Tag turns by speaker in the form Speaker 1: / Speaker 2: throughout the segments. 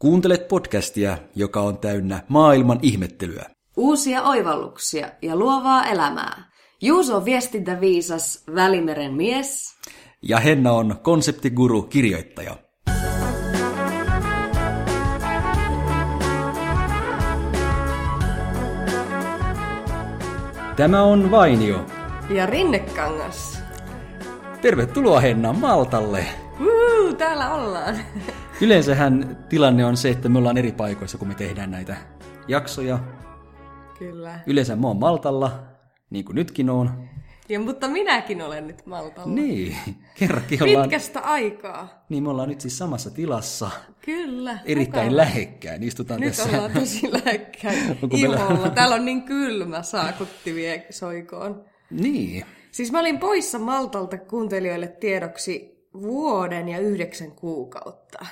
Speaker 1: Kuuntelet podcastia, joka on täynnä maailman ihmettelyä.
Speaker 2: Uusia oivalluksia ja luovaa elämää. Juuso on viestintäviisas Välimeren mies.
Speaker 1: Ja Henna on konseptiguru kirjoittaja. Tämä on Vainio.
Speaker 2: Ja Rinnekangas.
Speaker 1: Tervetuloa Henna Maltalle.
Speaker 2: Woo, täällä ollaan.
Speaker 1: Yleensähän tilanne on se, että me ollaan eri paikoissa, kun me tehdään näitä jaksoja.
Speaker 2: Kyllä.
Speaker 1: Yleensä mä oon Maltalla, niin kuin nytkin on.
Speaker 2: Ja mutta minäkin olen nyt Maltalla.
Speaker 1: Niin, kerrankin ollaan,
Speaker 2: Pitkästä aikaa.
Speaker 1: niin me ollaan nyt siis samassa tilassa,
Speaker 2: Kyllä.
Speaker 1: erittäin
Speaker 2: mukava.
Speaker 1: lähekkäin. Istutaan
Speaker 2: Nyt
Speaker 1: tässä
Speaker 2: ollaan tosi lähekkäin
Speaker 1: Onko meillä-
Speaker 2: iholla. Täällä on niin kylmä, saakutti vie soikoon.
Speaker 1: Niin,
Speaker 2: Siis mä olin poissa Maltalta kuuntelijoille tiedoksi vuoden ja yhdeksän kuukautta.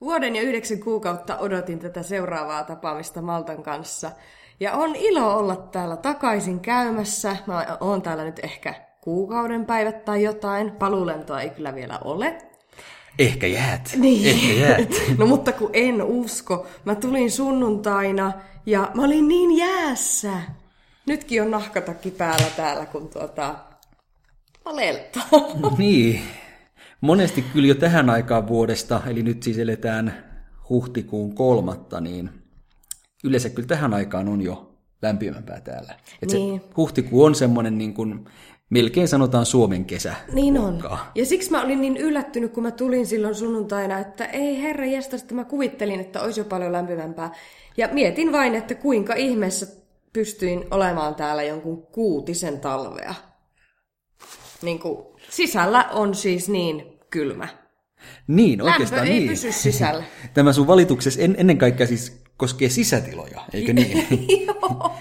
Speaker 2: Vuoden ja yhdeksän kuukautta odotin tätä seuraavaa tapaamista Maltan kanssa. Ja on ilo olla täällä takaisin käymässä. Mä oon täällä nyt ehkä kuukauden päivät tai jotain. Paluulentoa ei kyllä vielä ole.
Speaker 1: ehkä jäät.
Speaker 2: Niin.
Speaker 1: Ehkä jäät.
Speaker 2: No mutta kun en usko. Mä tulin sunnuntaina ja mä olin niin jäässä. Nytkin on nahkatakki päällä täällä, kun tuota... Valeltaa.
Speaker 1: Niin, monesti kyllä jo tähän aikaan vuodesta, eli nyt siis eletään huhtikuun kolmatta, niin yleensä kyllä tähän aikaan on jo lämpimämpää täällä. Et
Speaker 2: Niin.
Speaker 1: se huhtikuu on semmoinen niin kuin, melkein sanotaan Suomen kesä.
Speaker 2: Niin on.
Speaker 1: Kuulkaa.
Speaker 2: Ja siksi mä olin niin yllättynyt, kun mä tulin silloin sunnuntaina, että ei herra jästäs, että mä kuvittelin, että olisi jo paljon lämpimämpää. Ja mietin vain, että kuinka ihmeessä pystyin olemaan täällä jonkun kuutisen talvea. Niin kuin, sisällä on siis niin kylmä.
Speaker 1: Niin,
Speaker 2: Lämpö
Speaker 1: oikeastaan
Speaker 2: ei
Speaker 1: niin.
Speaker 2: pysy sisällä.
Speaker 1: Tämä sun valituksesi en, ennen kaikkea siis koskee sisätiloja, eikö niin?
Speaker 2: Joo.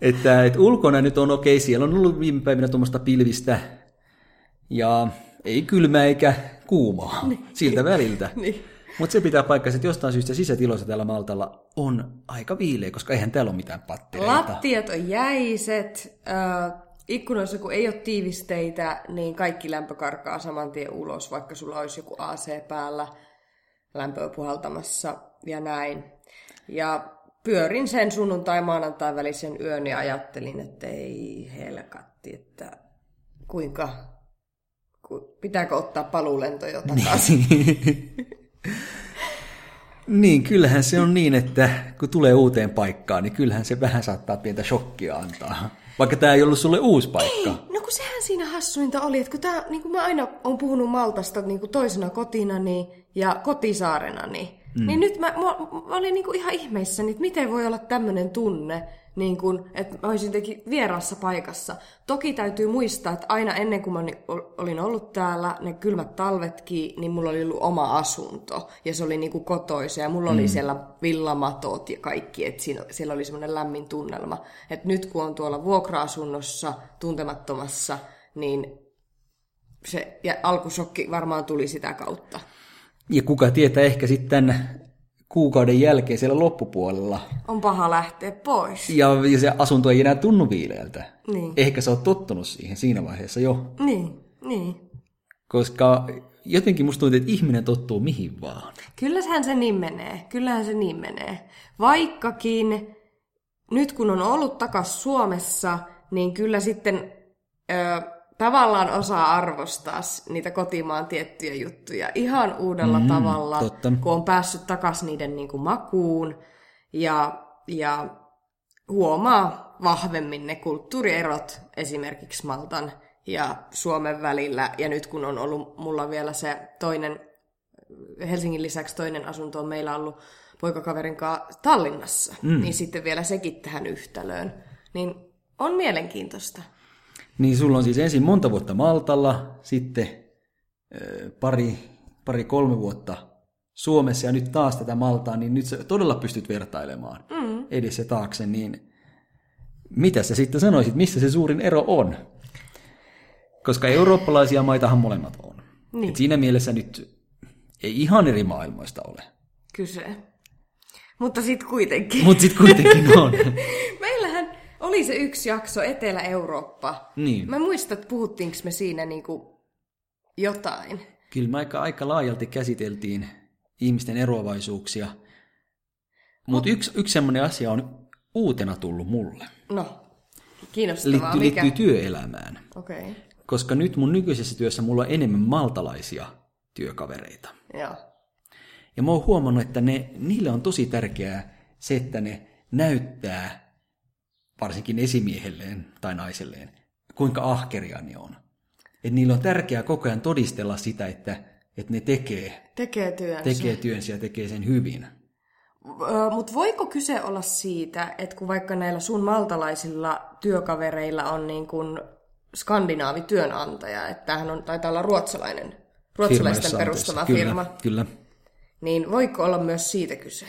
Speaker 1: että et ulkona nyt on okei, siellä on ollut viime päivinä tuommoista pilvistä ja ei kylmää eikä kuumaa siltä väliltä.
Speaker 2: Niin.
Speaker 1: Mutta se pitää paikkansa, että jostain syystä sisätiloissa täällä Maltalla on aika viileä, koska eihän täällä ole mitään pattereita.
Speaker 2: Lattiat on jäiset. Äh, ikkunoissa, kun ei ole tiivisteitä, niin kaikki lämpö karkaa saman tien ulos, vaikka sulla olisi joku AC päällä lämpöä puhaltamassa ja näin. Ja pyörin sen sunnuntai maanantai välisen yön ja ajattelin, että ei helkatti, että kuinka, ku, pitääkö ottaa paluulento jo takaisin.
Speaker 1: Niin, kyllähän se on niin, että kun tulee uuteen paikkaan, niin kyllähän se vähän saattaa pientä shokkia antaa. Vaikka tämä ei ollut sulle uusi paikka.
Speaker 2: No kun sehän siinä hassuinta oli, että kun tää, niin kuin mä aina on puhunut Maltasta niin kuin toisena kotinani ja kotisaarenani, mm. niin nyt mä, mä, mä olin niin kuin ihan ihmeissäni, että miten voi olla tämmöinen tunne, niin kuin, että mä olisin jotenkin vieraassa paikassa. Toki täytyy muistaa, että aina ennen kuin mä ni- ol- olin ollut täällä, ne kylmät talvetkin, niin mulla oli ollut oma asunto ja se oli niin kuin kotoisa ja mulla mm. oli siellä villamatot ja kaikki, että siinä, siellä oli semmoinen lämmin tunnelma. Että nyt kun on tuolla vuokra-asunnossa, tuntemattomassa, niin se ja alkusokki varmaan tuli sitä kautta.
Speaker 1: Ja kuka tietää, ehkä sitten kuukauden jälkeen siellä loppupuolella.
Speaker 2: On paha lähteä pois.
Speaker 1: Ja ja se asunto ei enää tunnu viileältä.
Speaker 2: Niin.
Speaker 1: Ehkä sä oot tottunut siihen siinä vaiheessa jo.
Speaker 2: Niin, niin.
Speaker 1: Koska jotenkin musta tuntuu, että ihminen tottuu mihin vaan.
Speaker 2: Kyllähän se niin menee, kyllähän se niin menee. Vaikkakin nyt kun on ollut takas Suomessa, niin kyllä sitten ö, tavallaan osaa arvostaa s- niitä kotimaan tiettyjä juttuja ihan uudella mm, tavalla,
Speaker 1: totta.
Speaker 2: kun on päässyt takas niiden niin kuin makuun ja, ja huomaa vahvemmin ne kulttuurierot esimerkiksi Maltan ja Suomen välillä. Ja nyt kun on ollut mulla vielä se toinen Helsingin lisäksi toinen asunto on meillä ollut poikakaverin kanssa Tallinnassa, mm. niin sitten vielä sekin tähän yhtälöön. Niin on mielenkiintoista.
Speaker 1: Niin sulla on siis ensin monta vuotta Maltalla, sitten ö, pari, pari kolme vuotta Suomessa ja nyt taas tätä Maltaa, niin nyt sä todella pystyt vertailemaan mm. edessä taakse, niin mitä sä sitten sanoisit, missä se suurin ero on? Koska eurooppalaisia maitahan molemmat on.
Speaker 2: Niin.
Speaker 1: Et siinä mielessä nyt ei ihan eri maailmoista ole,
Speaker 2: Kyse. Mutta sitten kuitenkin.
Speaker 1: mutta sitten kuitenkin on.
Speaker 2: Meillähän oli se yksi jakso Etelä-Eurooppa.
Speaker 1: niin.
Speaker 2: Mä muistan, että puhuttiinko me siinä niinku jotain.
Speaker 1: Kyllä me aika, aika laajalti käsiteltiin ihmisten eroavaisuuksia. Mutta yksi, yksi semmoinen asia on uutena tullut mulle.
Speaker 2: No, kiinnostavaa.
Speaker 1: Liittyy,
Speaker 2: mikä?
Speaker 1: liittyy työelämään.
Speaker 2: Okei, okay.
Speaker 1: Koska nyt mun nykyisessä työssä mulla on enemmän maltalaisia työkavereita.
Speaker 2: joo.
Speaker 1: Ja mä oon huomannut, että ne, niille on tosi tärkeää se, että ne näyttää varsinkin esimiehelleen tai naiselleen, kuinka ahkeria ne on. Et niillä on tärkeää koko ajan todistella sitä, että, että ne tekee,
Speaker 2: Tekee työnsä.
Speaker 1: tekee työnsä ja tekee sen hyvin.
Speaker 2: Mutta voiko kyse olla siitä, että kun vaikka näillä sun maltalaisilla työkavereilla on niin kuin skandinaavi työnantaja, että tämähän on, taitaa olla ruotsalainen, ruotsalaisten
Speaker 1: Firma, jossa on
Speaker 2: perustama
Speaker 1: töissä.
Speaker 2: firma,
Speaker 1: Kyllä, kyllä.
Speaker 2: niin voiko olla myös siitä kyse?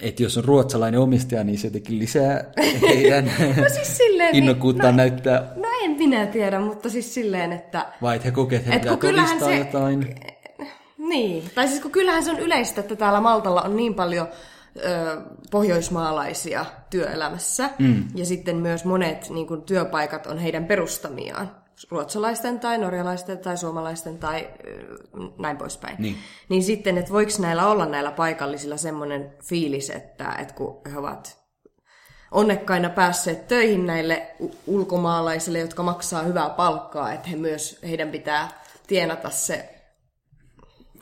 Speaker 1: Että jos on ruotsalainen omistaja, niin se jotenkin lisää heidän
Speaker 2: No siis silleen,
Speaker 1: innokkuuttaan
Speaker 2: niin,
Speaker 1: näyttää,
Speaker 2: no, no en minä tiedä, mutta siis silleen, että
Speaker 1: vai että he kokee, että he
Speaker 2: Et
Speaker 1: pitää
Speaker 2: kun kyllähän
Speaker 1: todistaa
Speaker 2: se-
Speaker 1: jotain.
Speaker 2: Niin, tai siis kun kyllähän se on yleistä, että täällä Maltalla on niin paljon ö, pohjoismaalaisia työelämässä, mm. ja sitten myös monet niin kuin, työpaikat on heidän perustamiaan, ruotsalaisten tai norjalaisten tai suomalaisten tai ö, näin poispäin.
Speaker 1: Niin.
Speaker 2: niin sitten, että voiko näillä olla näillä paikallisilla semmoinen fiilis, että, että kun he ovat onnekkaina päässeet töihin näille u- ulkomaalaisille, jotka maksaa hyvää palkkaa, että he myös, heidän pitää tienata se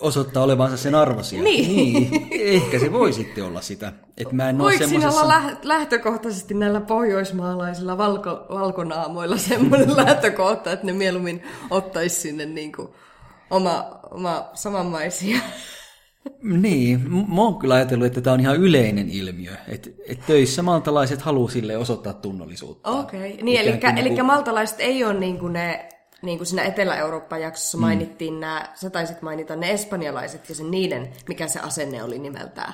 Speaker 1: osoittaa olevansa sen arvosia.
Speaker 2: Niin.
Speaker 1: niin. Ehkä se voi sitten olla sitä. Että mä en ole
Speaker 2: Voiko siinä
Speaker 1: semmosessa...
Speaker 2: olla läh- lähtökohtaisesti näillä pohjoismaalaisilla valko- valkonaamoilla semmoinen lähtökohta, että ne mieluummin ottaisi sinne niinku oma, oma samanmaisia?
Speaker 1: Niin, m- mä oon kyllä ajatellut, että tämä on ihan yleinen ilmiö. Että et töissä maltalaiset haluaa sille osoittaa tunnollisuutta.
Speaker 2: Okei, okay. niin eli,
Speaker 1: Ikään kuin
Speaker 2: eli
Speaker 1: niinku-
Speaker 2: maltalaiset ei ole niinku ne, niin kuin siinä Etelä-Euroopan jaksossa mainittiin nämä, sä taisit mainita ne espanjalaiset ja sen niiden, mikä se asenne oli nimeltään.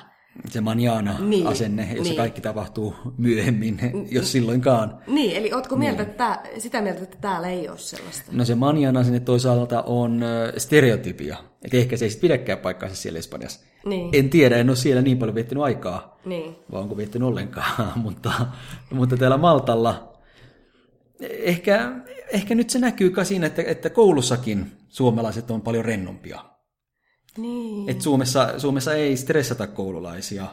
Speaker 1: Se manjana-asenne,
Speaker 2: Niin,
Speaker 1: niin, jossa
Speaker 2: niin.
Speaker 1: niin. kaikki tapahtuu myöhemmin, jos silloinkaan.
Speaker 2: Niin, eli ootko mieltä, että, tää- sitä mieltä, että täällä ei ole sellaista?
Speaker 1: No se manjana-asenne toisaalta on ö, stereotypia. Että ehkä se ei sit pidäkään paikkaansa siellä Espanjassa.
Speaker 2: Niin,
Speaker 1: En tiedä, en ole siellä niin paljon viettänyt aikaa.
Speaker 2: niin.
Speaker 1: vai onko viettänyt ollenkaan, mutta, mutta täällä Maltalla ehkä, ehkä nyt se näkyy ka siinä, että, että koulussakin suomalaiset on paljon rennompia.
Speaker 2: niin.
Speaker 1: Et Suomessa, Suomessa ei stressata koululaisia,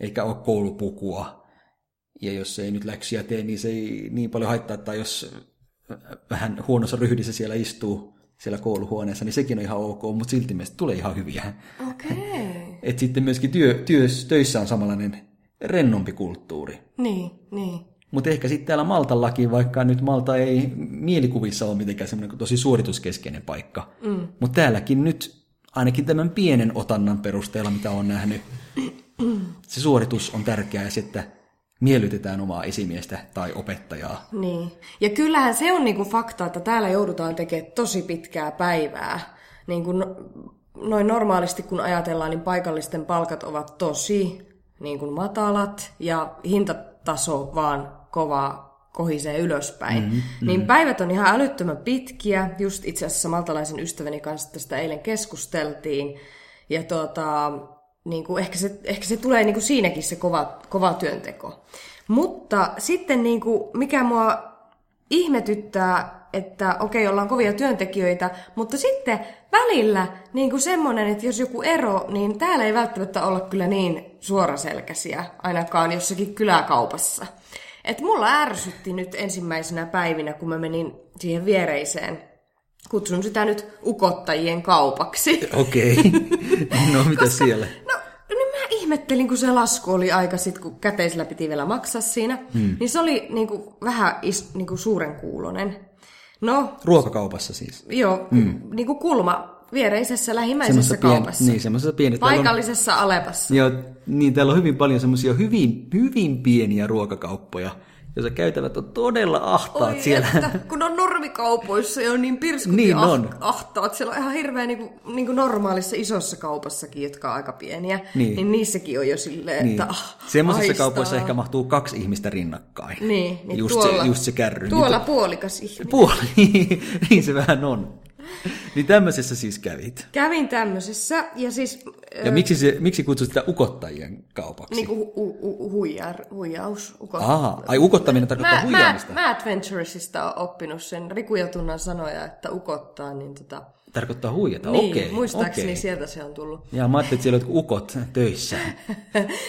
Speaker 1: eikä ole koulupukua. Ja jos ei nyt läksyjä tee, niin se ei niin paljon haittaa, tai jos äh, vähän huonossa ryhdissä siellä istuu siellä kouluhuoneessa, niin sekin on ihan ok, mutta silti meistä tulee ihan hyviä.
Speaker 2: Okei. Okay.
Speaker 1: Et sitten myöskin työ, työs, töissä on samanlainen rennompi kulttuuri.
Speaker 2: Niin, niin.
Speaker 1: Mutta ehkä sitten täällä Maltallakin, vaikka nyt Malta ei mielikuvissa ole mitenkään semmoinen tosi suorituskeskeinen paikka. Mm. Mutta täälläkin nyt, ainakin tämän pienen otannan perusteella, mitä on nähnyt, se suoritus on tärkeää ja se, että miellytetään omaa esimiestä tai opettajaa.
Speaker 2: Niin. Ja kyllähän se on niinku fakta, että täällä joudutaan tekemään tosi pitkää päivää. Niin kuin noin normaalisti kun ajatellaan, niin paikallisten palkat ovat tosi niin kuin matalat ja hintataso vaan kovaa kohisee ylöspäin. Mm-hmm, niin päivät on ihan älyttömän pitkiä. Just itse asiassa maltalaisen ystäväni kanssa tästä eilen keskusteltiin. Ja tuota, niin kuin ehkä, se, ehkä se tulee niin kuin siinäkin se kova, kova työnteko. Mutta sitten niin kuin mikä mua ihmetyttää, että okei, ollaan kovia työntekijöitä, mutta sitten välillä niin kuin semmoinen, että jos joku ero, niin täällä ei välttämättä olla kyllä niin suoraselkäisiä, ainakaan jossakin kyläkaupassa. Et mulla ärsytti nyt ensimmäisenä päivinä, kun mä menin siihen viereiseen. Kutsun sitä nyt ukottajien kaupaksi.
Speaker 1: Okei, no mitä Koska... siellä?
Speaker 2: No, niin mä ihmettelin, kun se lasku oli aika sit, kun käteisellä piti vielä maksaa siinä. Hmm. Niin se oli niinku vähän is, niinku suuren kuulonen. No,
Speaker 1: Ruokakaupassa siis.
Speaker 2: joo, hmm. niinku kulma viereisessä lähimmäisessä
Speaker 1: Semmoisessa pien...
Speaker 2: kaupassa.
Speaker 1: Niin, semmoisessa pienessä. Täällä on...
Speaker 2: Paikallisessa Alepassa.
Speaker 1: Joo, niin täällä on hyvin paljon semmoisia hyvin, hyvin pieniä ruokakauppoja, joissa käytävät on todella ahtaat
Speaker 2: Oi,
Speaker 1: Niin, siellä.
Speaker 2: Että, kun on normikaupoissa jo niin pirskut
Speaker 1: Niin
Speaker 2: ja ah-
Speaker 1: on.
Speaker 2: ahtaat. Siellä on ihan hirveä niin kuin, niin kuin normaalissa isossa kaupassakin, jotka on aika pieniä.
Speaker 1: Niin.
Speaker 2: niin niissäkin on jo silleen,
Speaker 1: Niin.
Speaker 2: että ah,
Speaker 1: Semmoisissa
Speaker 2: ahistaa.
Speaker 1: kaupoissa ehkä mahtuu kaksi ihmistä rinnakkain.
Speaker 2: Niin, niin
Speaker 1: just,
Speaker 2: tuolla,
Speaker 1: se, just se kärry.
Speaker 2: Tuolla
Speaker 1: Niin,
Speaker 2: puolikas ihminen.
Speaker 1: tu- puoli. niin se vähän on. Niin tämmöisessä siis kävit.
Speaker 2: Kävin tämmöisessä, ja siis
Speaker 1: Ja miksi, se, miksi kutsut sitä ukottajien kaupaksi?
Speaker 2: niinku hu- hu- hu- huijar, huijaus. Uko.
Speaker 1: Aa, ai ukottaminen tarkoittaa
Speaker 2: Mä, mä,
Speaker 1: huijaamista.
Speaker 2: mä Adventuresista oon oppinut sen. Rikuja tunnan sanoja, että ukottaa, niin tota,
Speaker 1: Tarkoittaa huijata,
Speaker 2: Niin,
Speaker 1: okei.
Speaker 2: muistaakseni
Speaker 1: okei.
Speaker 2: sieltä se on tullut.
Speaker 1: Ja mä ajattelin, että siellä on jotkut ukot töissä.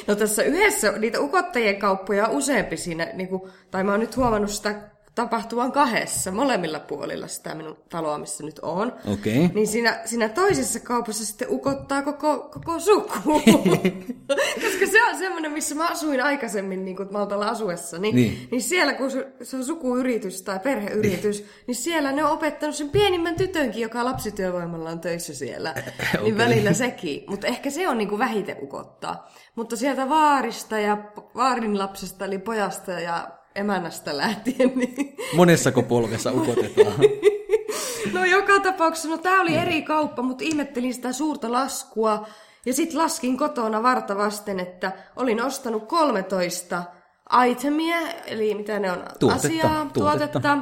Speaker 2: No tässä yhdessä niitä ukottajien kauppoja on useampi siinä, niin kuin, tai mä oon nyt huomannut sitä tapahtuvan kahdessa, molemmilla puolilla sitä minun taloa, missä nyt on.
Speaker 1: Okei.
Speaker 2: Niin siinä, siinä toisessa kaupassa sitten ukottaa koko, koko suku. Koska se on semmoinen, missä mä asuin aikaisemmin niin kuin Maltalla asuessani.
Speaker 1: Niin.
Speaker 2: niin siellä, kun se- se on sukuyritys tai perheyritys, niin siellä ne on opettanut sen pienimmän tytönkin, joka lapsityövoimalla on töissä siellä.
Speaker 1: Okei.
Speaker 2: Niin välillä sekin. Mutta ehkä se on niin kuin vähiten ukottaa. Mutta sieltä vaarista ja p- vaarin lapsesta, eli pojasta ja emännästä lähtien, niin
Speaker 1: Monessako polvessa ukotetaan.
Speaker 2: No joka tapauksessa, no tää oli eri kauppa, mutta ihmettelin sitä suurta laskua. Ja sit laskin kotona varta vasten, että olin ostanut 13 itemia, eli mitä ne on,
Speaker 1: Tuotetta,
Speaker 2: asiaa,
Speaker 1: tuotetta.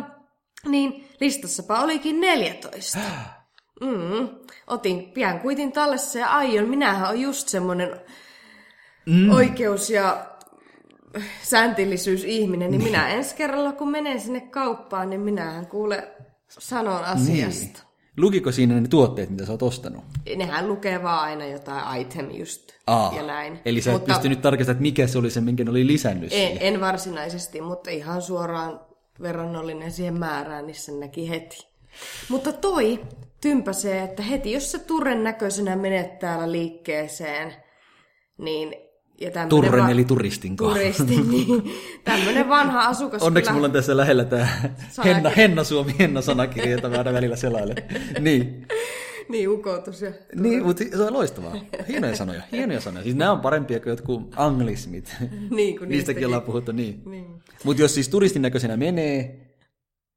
Speaker 2: Niin listassapa olikin 14. Mm. Otin pian kuitin tallessa ja aion, minähän on just semmonen mm. oikeus ja sääntillisyys ihminen, niin minä ensi kerralla kun menen sinne kauppaan, niin minähän kuule sanon
Speaker 1: Niin.
Speaker 2: asiasta.
Speaker 1: Lukiko siinä ne tuotteet, mitä sä oot ostanut?
Speaker 2: Niin. Nehän lukee vaan aina jotain item just
Speaker 1: Aa,
Speaker 2: ja näin.
Speaker 1: Eli sä et
Speaker 2: Mutta
Speaker 1: pystynyt tarkistamaan, että mikä se oli se, minkä ne oli lisännyt
Speaker 2: en,
Speaker 1: siihen.
Speaker 2: en varsinaisesti, mutta ihan suoraan verrannollinen siihen määrään, niin sen näki heti. Mutta toi tympäsee, että heti jos sä turren näköisenä menet täällä liikkeeseen, niin... Ja tämmönen
Speaker 1: Turren
Speaker 2: va-
Speaker 1: eli turistin kanssa.
Speaker 2: Turisti, niin. Tämmönen vanha asukas
Speaker 1: Onneksi
Speaker 2: kyllä-
Speaker 1: mulla on tässä lähellä tämä
Speaker 2: Sanakirja.
Speaker 1: Henna, Henna Suomi, Henna sanakirja, jota mä aina välillä selailen. Niin,
Speaker 2: Niin, ukotus ja...
Speaker 1: niin mutta se on loistavaa. Hienoja sanoja, hienoja sanoja. Siis nämä on parempia kuin jotkut anglismit.
Speaker 2: Niin, kun
Speaker 1: Niistäkin ollaan puhuttu, niin.
Speaker 2: Niin.
Speaker 1: Mutta jos siis turistin näköisenä menee,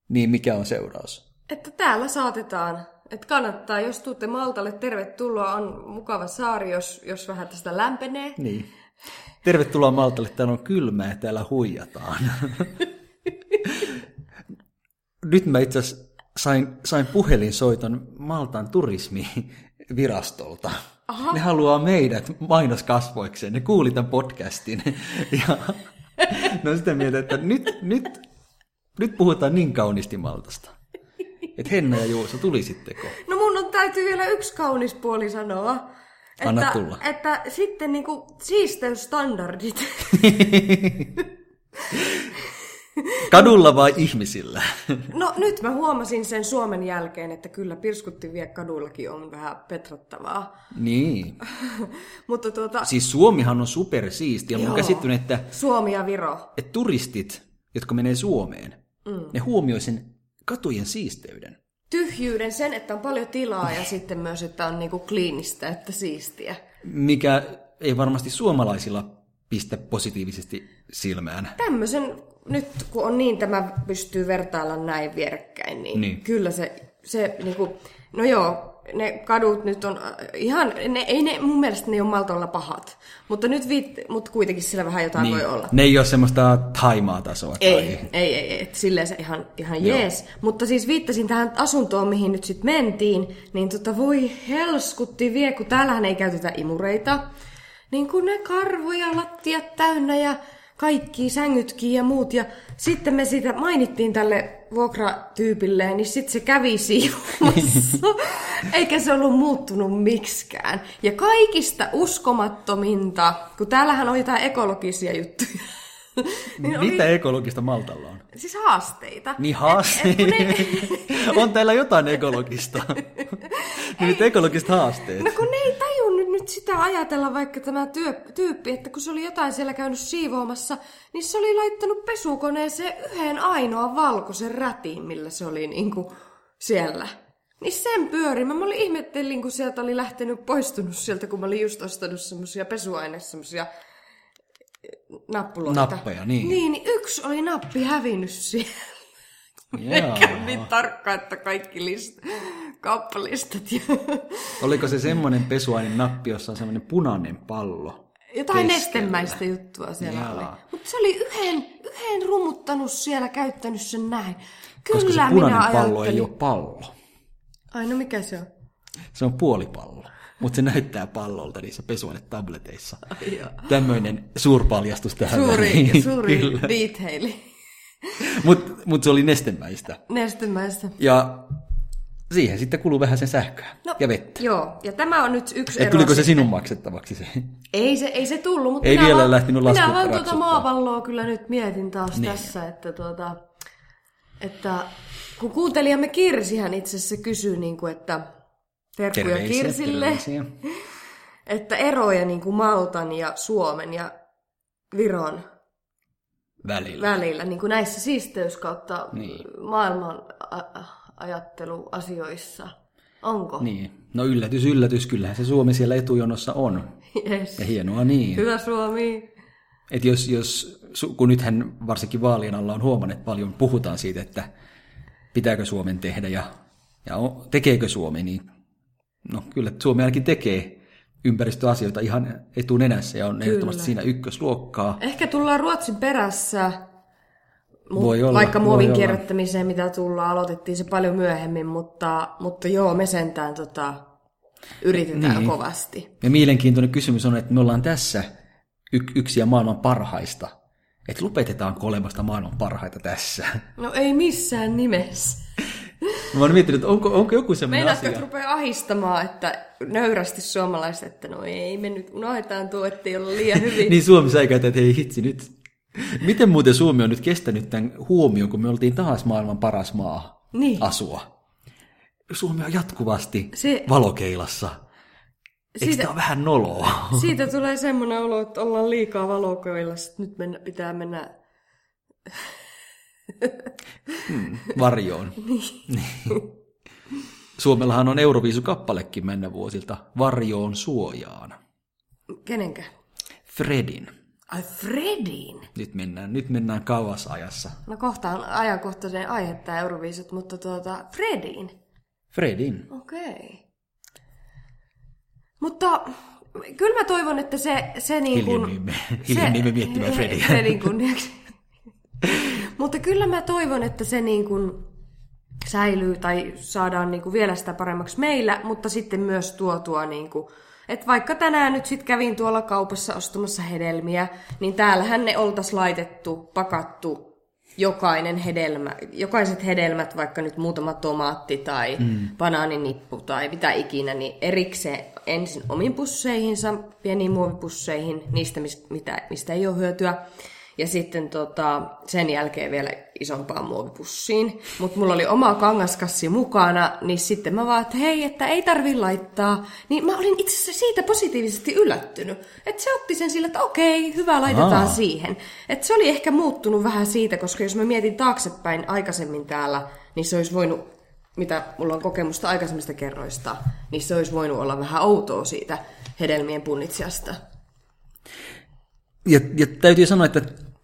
Speaker 1: niin mikä on seuraus?
Speaker 2: Että täällä saatetaan. Että kannattaa, jos tuutte Maltalle, tervetuloa. On mukava saari, jos, jos vähän tästä lämpenee.
Speaker 1: Niin. Tervetuloa Maltalle, täällä on kylmää ja täällä huijataan. Nyt mä itse asiassa sain, sain puhelinsoiton Maltan turismivirastolta. Aha. Ne haluaa meidät mainoskasvoikseen, ne kuuli tämän podcastin. Ja ne on sitä mieltä, että nyt, nyt, nyt puhutaan niin kauniisti Maltasta. Että Henna ja Juuso, tulisitteko?
Speaker 2: No mun on täytyy vielä yksi kaunis puoli sanoa. Että,
Speaker 1: Anna tulla.
Speaker 2: Että sitten niinku siisteysstandardit.
Speaker 1: Kadulla vai ihmisillä?
Speaker 2: No nyt mä huomasin sen Suomen jälkeen, että kyllä pirskuttivia kaduillakin on vähän petrattavaa.
Speaker 1: Niin.
Speaker 2: Mutta tuota,
Speaker 1: Siis Suomihan on supersiisti ja mun
Speaker 2: Joo.
Speaker 1: käsittynyt, että,
Speaker 2: Suomi ja Viro.
Speaker 1: että turistit, jotka menee Suomeen, mm. ne huomioi sen katujen siisteyden.
Speaker 2: Tyhjyyden sen, että on paljon tilaa ja sitten myös, että on niinku kliinistä, että siistiä.
Speaker 1: Mikä ei varmasti suomalaisilla pistä positiivisesti silmään.
Speaker 2: Tämmöisen, nyt kun on niin, tämä pystyy vertailla näin vierekkäin, niin,
Speaker 1: Niin.
Speaker 2: niin. kyllä se, se niinku, no joo, ne kadut nyt on äh, ihan, ne, ei ne, mun mielestä ne on maltolla pahat, mutta nyt viit, mut kuitenkin sillä vähän jotain niin. voi olla.
Speaker 1: Ne ei ole semmoista taimaa tasoa.
Speaker 2: Ei, ei, ei, ei. että Silleen se ihan, ihan
Speaker 1: Joo.
Speaker 2: jees. Mutta siis viittasin tähän asuntoon, mihin nyt sitten mentiin, niin tota, voi helskutti vie, kun täällähän ei käytetä imureita. Niin kun ne karvoja, lattiat täynnä ja kaikki sängytkin ja muut. Ja sitten me siitä mainittiin tälle vuokratyypille, niin sitten se kävi siivoamassa. Eikä se ollut muuttunut miksikään. Ja kaikista uskomattominta, kun täällähän on jotain ekologisia juttuja. niin oli
Speaker 1: Mitä ekologista Maltalla on?
Speaker 2: Siis haasteita.
Speaker 1: Niin haaste.
Speaker 2: Et- et kun
Speaker 1: on täällä jotain ekologista. Niin Nyt ekologiset haasteet.
Speaker 2: No kun ne ei tajunnut nyt sitä ajatella, vaikka tämä työ, tyyppi, että kun se oli jotain siellä käynyt siivoamassa, niin se oli laittanut pesukoneeseen yhden ainoan valkoisen rätin, millä se oli niinku siellä. Niin sen pyörimä. Mä olin ihmettelin, kun sieltä oli lähtenyt poistunut sieltä, kun mä olin just ostanut semmosia pesuaineessa semmosia eh, nappuloita.
Speaker 1: Nappeja, niin.
Speaker 2: Niin, niin yksi oli nappi hävinnyt siellä.
Speaker 1: Jaa.
Speaker 2: Kävin niin tarkkaan, että kaikki list, kauppalistat ja
Speaker 1: Oliko se semmoinen pesuainen nappi, jossa on semmoinen punainen pallo?
Speaker 2: jotain
Speaker 1: Keskellä.
Speaker 2: nestemäistä juttua siellä
Speaker 1: Jaa.
Speaker 2: Jaa. oli. Mutta se oli yhden, yhden rummuttanut siellä, käyttänyt sen näin. Kyllä
Speaker 1: Koska se
Speaker 2: minä
Speaker 1: punainen pallo
Speaker 2: ajattelin.
Speaker 1: ei ole pallo.
Speaker 2: Ai no mikä se on?
Speaker 1: Se on puolipallo. Mutta se näyttää pallolta niissä pesuainetableteissa. Tämmöinen suurpaljastus tähän.
Speaker 2: Suuri,
Speaker 1: väliin.
Speaker 2: suuri
Speaker 1: Kyllä.
Speaker 2: detaili
Speaker 1: Mut, mut se oli nestemäistä.
Speaker 2: nestemäistä.
Speaker 1: Ja siihen sitten kuluu vähän sen sähköä no, ja vettä.
Speaker 2: Joo, ja tämä on nyt yksi
Speaker 1: Et
Speaker 2: ero.
Speaker 1: tuliko se
Speaker 2: sitten.
Speaker 1: sinun maksettavaksi se?
Speaker 2: Ei se, ei se tullut, mutta
Speaker 1: Ei
Speaker 2: minä
Speaker 1: vielä
Speaker 2: vaan,
Speaker 1: lähtenyt
Speaker 2: minä
Speaker 1: laskut
Speaker 2: vaan tuota
Speaker 1: raksuttaa.
Speaker 2: maapalloa kyllä nyt mietin taas niin. tässä, että tuota, että kun kuuntelijamme Kirsihän itse asiassa kysyi, niin kuin, että terkkuja Kirsille,
Speaker 1: terveisiä.
Speaker 2: että eroja niin kuin Maltan ja Suomen ja Viron
Speaker 1: Välillä.
Speaker 2: välillä, niin kuin näissä siisteys kautta
Speaker 1: Niin.
Speaker 2: maailman a- ajatteluasioissa. Onko?
Speaker 1: Niin. No yllätys, yllätys, kyllähän se Suomi siellä etujonossa on.
Speaker 2: Yes.
Speaker 1: Ja hienoa niin.
Speaker 2: Hyvä Suomi.
Speaker 1: Et jos, jos, su- kun nythän varsinkin vaalien alla on huomannut, että paljon puhutaan siitä, että pitääkö Suomen tehdä ja, ja o- tekeekö Suomi, niin no kyllä Suomi ainakin tekee ympäristöasioita ihan etunenässä ja on kyllä. ehdottomasti siinä ykkösluokkaa.
Speaker 2: Ehkä tullaan Ruotsin perässä, mu-
Speaker 1: Voi olla,
Speaker 2: vaikka
Speaker 1: voi
Speaker 2: muovin
Speaker 1: olla.
Speaker 2: kierrättämiseen, mitä tullaan, aloitettiin se paljon myöhemmin, mutta, mutta joo, me sentään tota, yritetään
Speaker 1: Niin.
Speaker 2: niin. kovasti.
Speaker 1: Ja mielenkiintoinen kysymys on, että me ollaan tässä y- yksi ja maailman parhaista. Että lopetetaanko olemasta maailman parhaita tässä?
Speaker 2: No ei missään nimessä.
Speaker 1: Mä oon miettinyt, että onko, onko joku semmoinen
Speaker 2: Meinaatko, että
Speaker 1: asia.
Speaker 2: rupeaa ahistamaan, että nöyrästi suomalaiset, että no ei me nyt unohdetaan tuo, ettei olla liian hyvin.
Speaker 1: niin Suomi säikäytä, että hei hitsi nyt. Miten muuten Suomi on nyt kestänyt tämän huomion, kun me oltiin taas maailman paras maa
Speaker 2: niin.
Speaker 1: asua? Suomi on jatkuvasti
Speaker 2: Se-
Speaker 1: valokeilassa. Eikö
Speaker 2: Siitä-
Speaker 1: tämä ole vähän noloa?
Speaker 2: Siitä tulee semmoinen olo, että ollaan liikaa valokoilla, sit nyt mennä, pitää mennä
Speaker 1: Varjoon. niin. Suomellahan on Euroviisukappalekin mennä vuosilta Varjoon suojaan.
Speaker 2: kenenkä?
Speaker 1: Fredin.
Speaker 2: Ai Fredin!
Speaker 1: Nyt mennään, nyt mennään kauas ajassa.
Speaker 2: No kohta on ajankohtainen aihe tämä Euroviisut, mutta tuota, Fredin.
Speaker 1: Fredin.
Speaker 2: Okei. Mutta kyllä mä toivon, että se, se niin kuin...
Speaker 1: Hiljenimme, hiljenimme miettimään Frediä.
Speaker 2: Fredin kunniaksi. niin mutta kyllä mä toivon, että se niin kuin säilyy tai saadaan niin kuin vielä sitä paremmaksi meillä, mutta sitten myös tuotua niin kuin et vaikka tänään nyt sitten kävin tuolla kaupassa ostamassa hedelmiä, niin täällähän ne oltaisiin laitettu, pakattu jokainen hedelmä, jokaiset hedelmät, vaikka nyt muutama tomaatti tai mm. banaaninippu tai mitä ikinä, niin erikseen ensin omiin pusseihinsa, pieniin muovipusseihin, niistä mis- mitä, mistä ei ole hyötyä. Ja sitten tota, sen jälkeen vielä isompaan muovipussiin. Mutta mulla oli oma kangaskassi mukana, niin sitten mä vaan, että hei, että ei tarvi laittaa. Niin mä olin itse asiassa siitä positiivisesti yllättynyt. Että se otti sen sillä, että okei, hyvä, laitetaan
Speaker 1: Aa.
Speaker 2: siihen. Et se oli ehkä muuttunut vähän siitä, koska jos mä mietin taaksepäin aikaisemmin täällä, niin se olisi voinut, mitä mulla on kokemusta aikaisemmista kerroista, niin se olisi voinut olla vähän outoa siitä hedelmien punnitsijasta.
Speaker 1: Ja, ja täytyy sanoa, että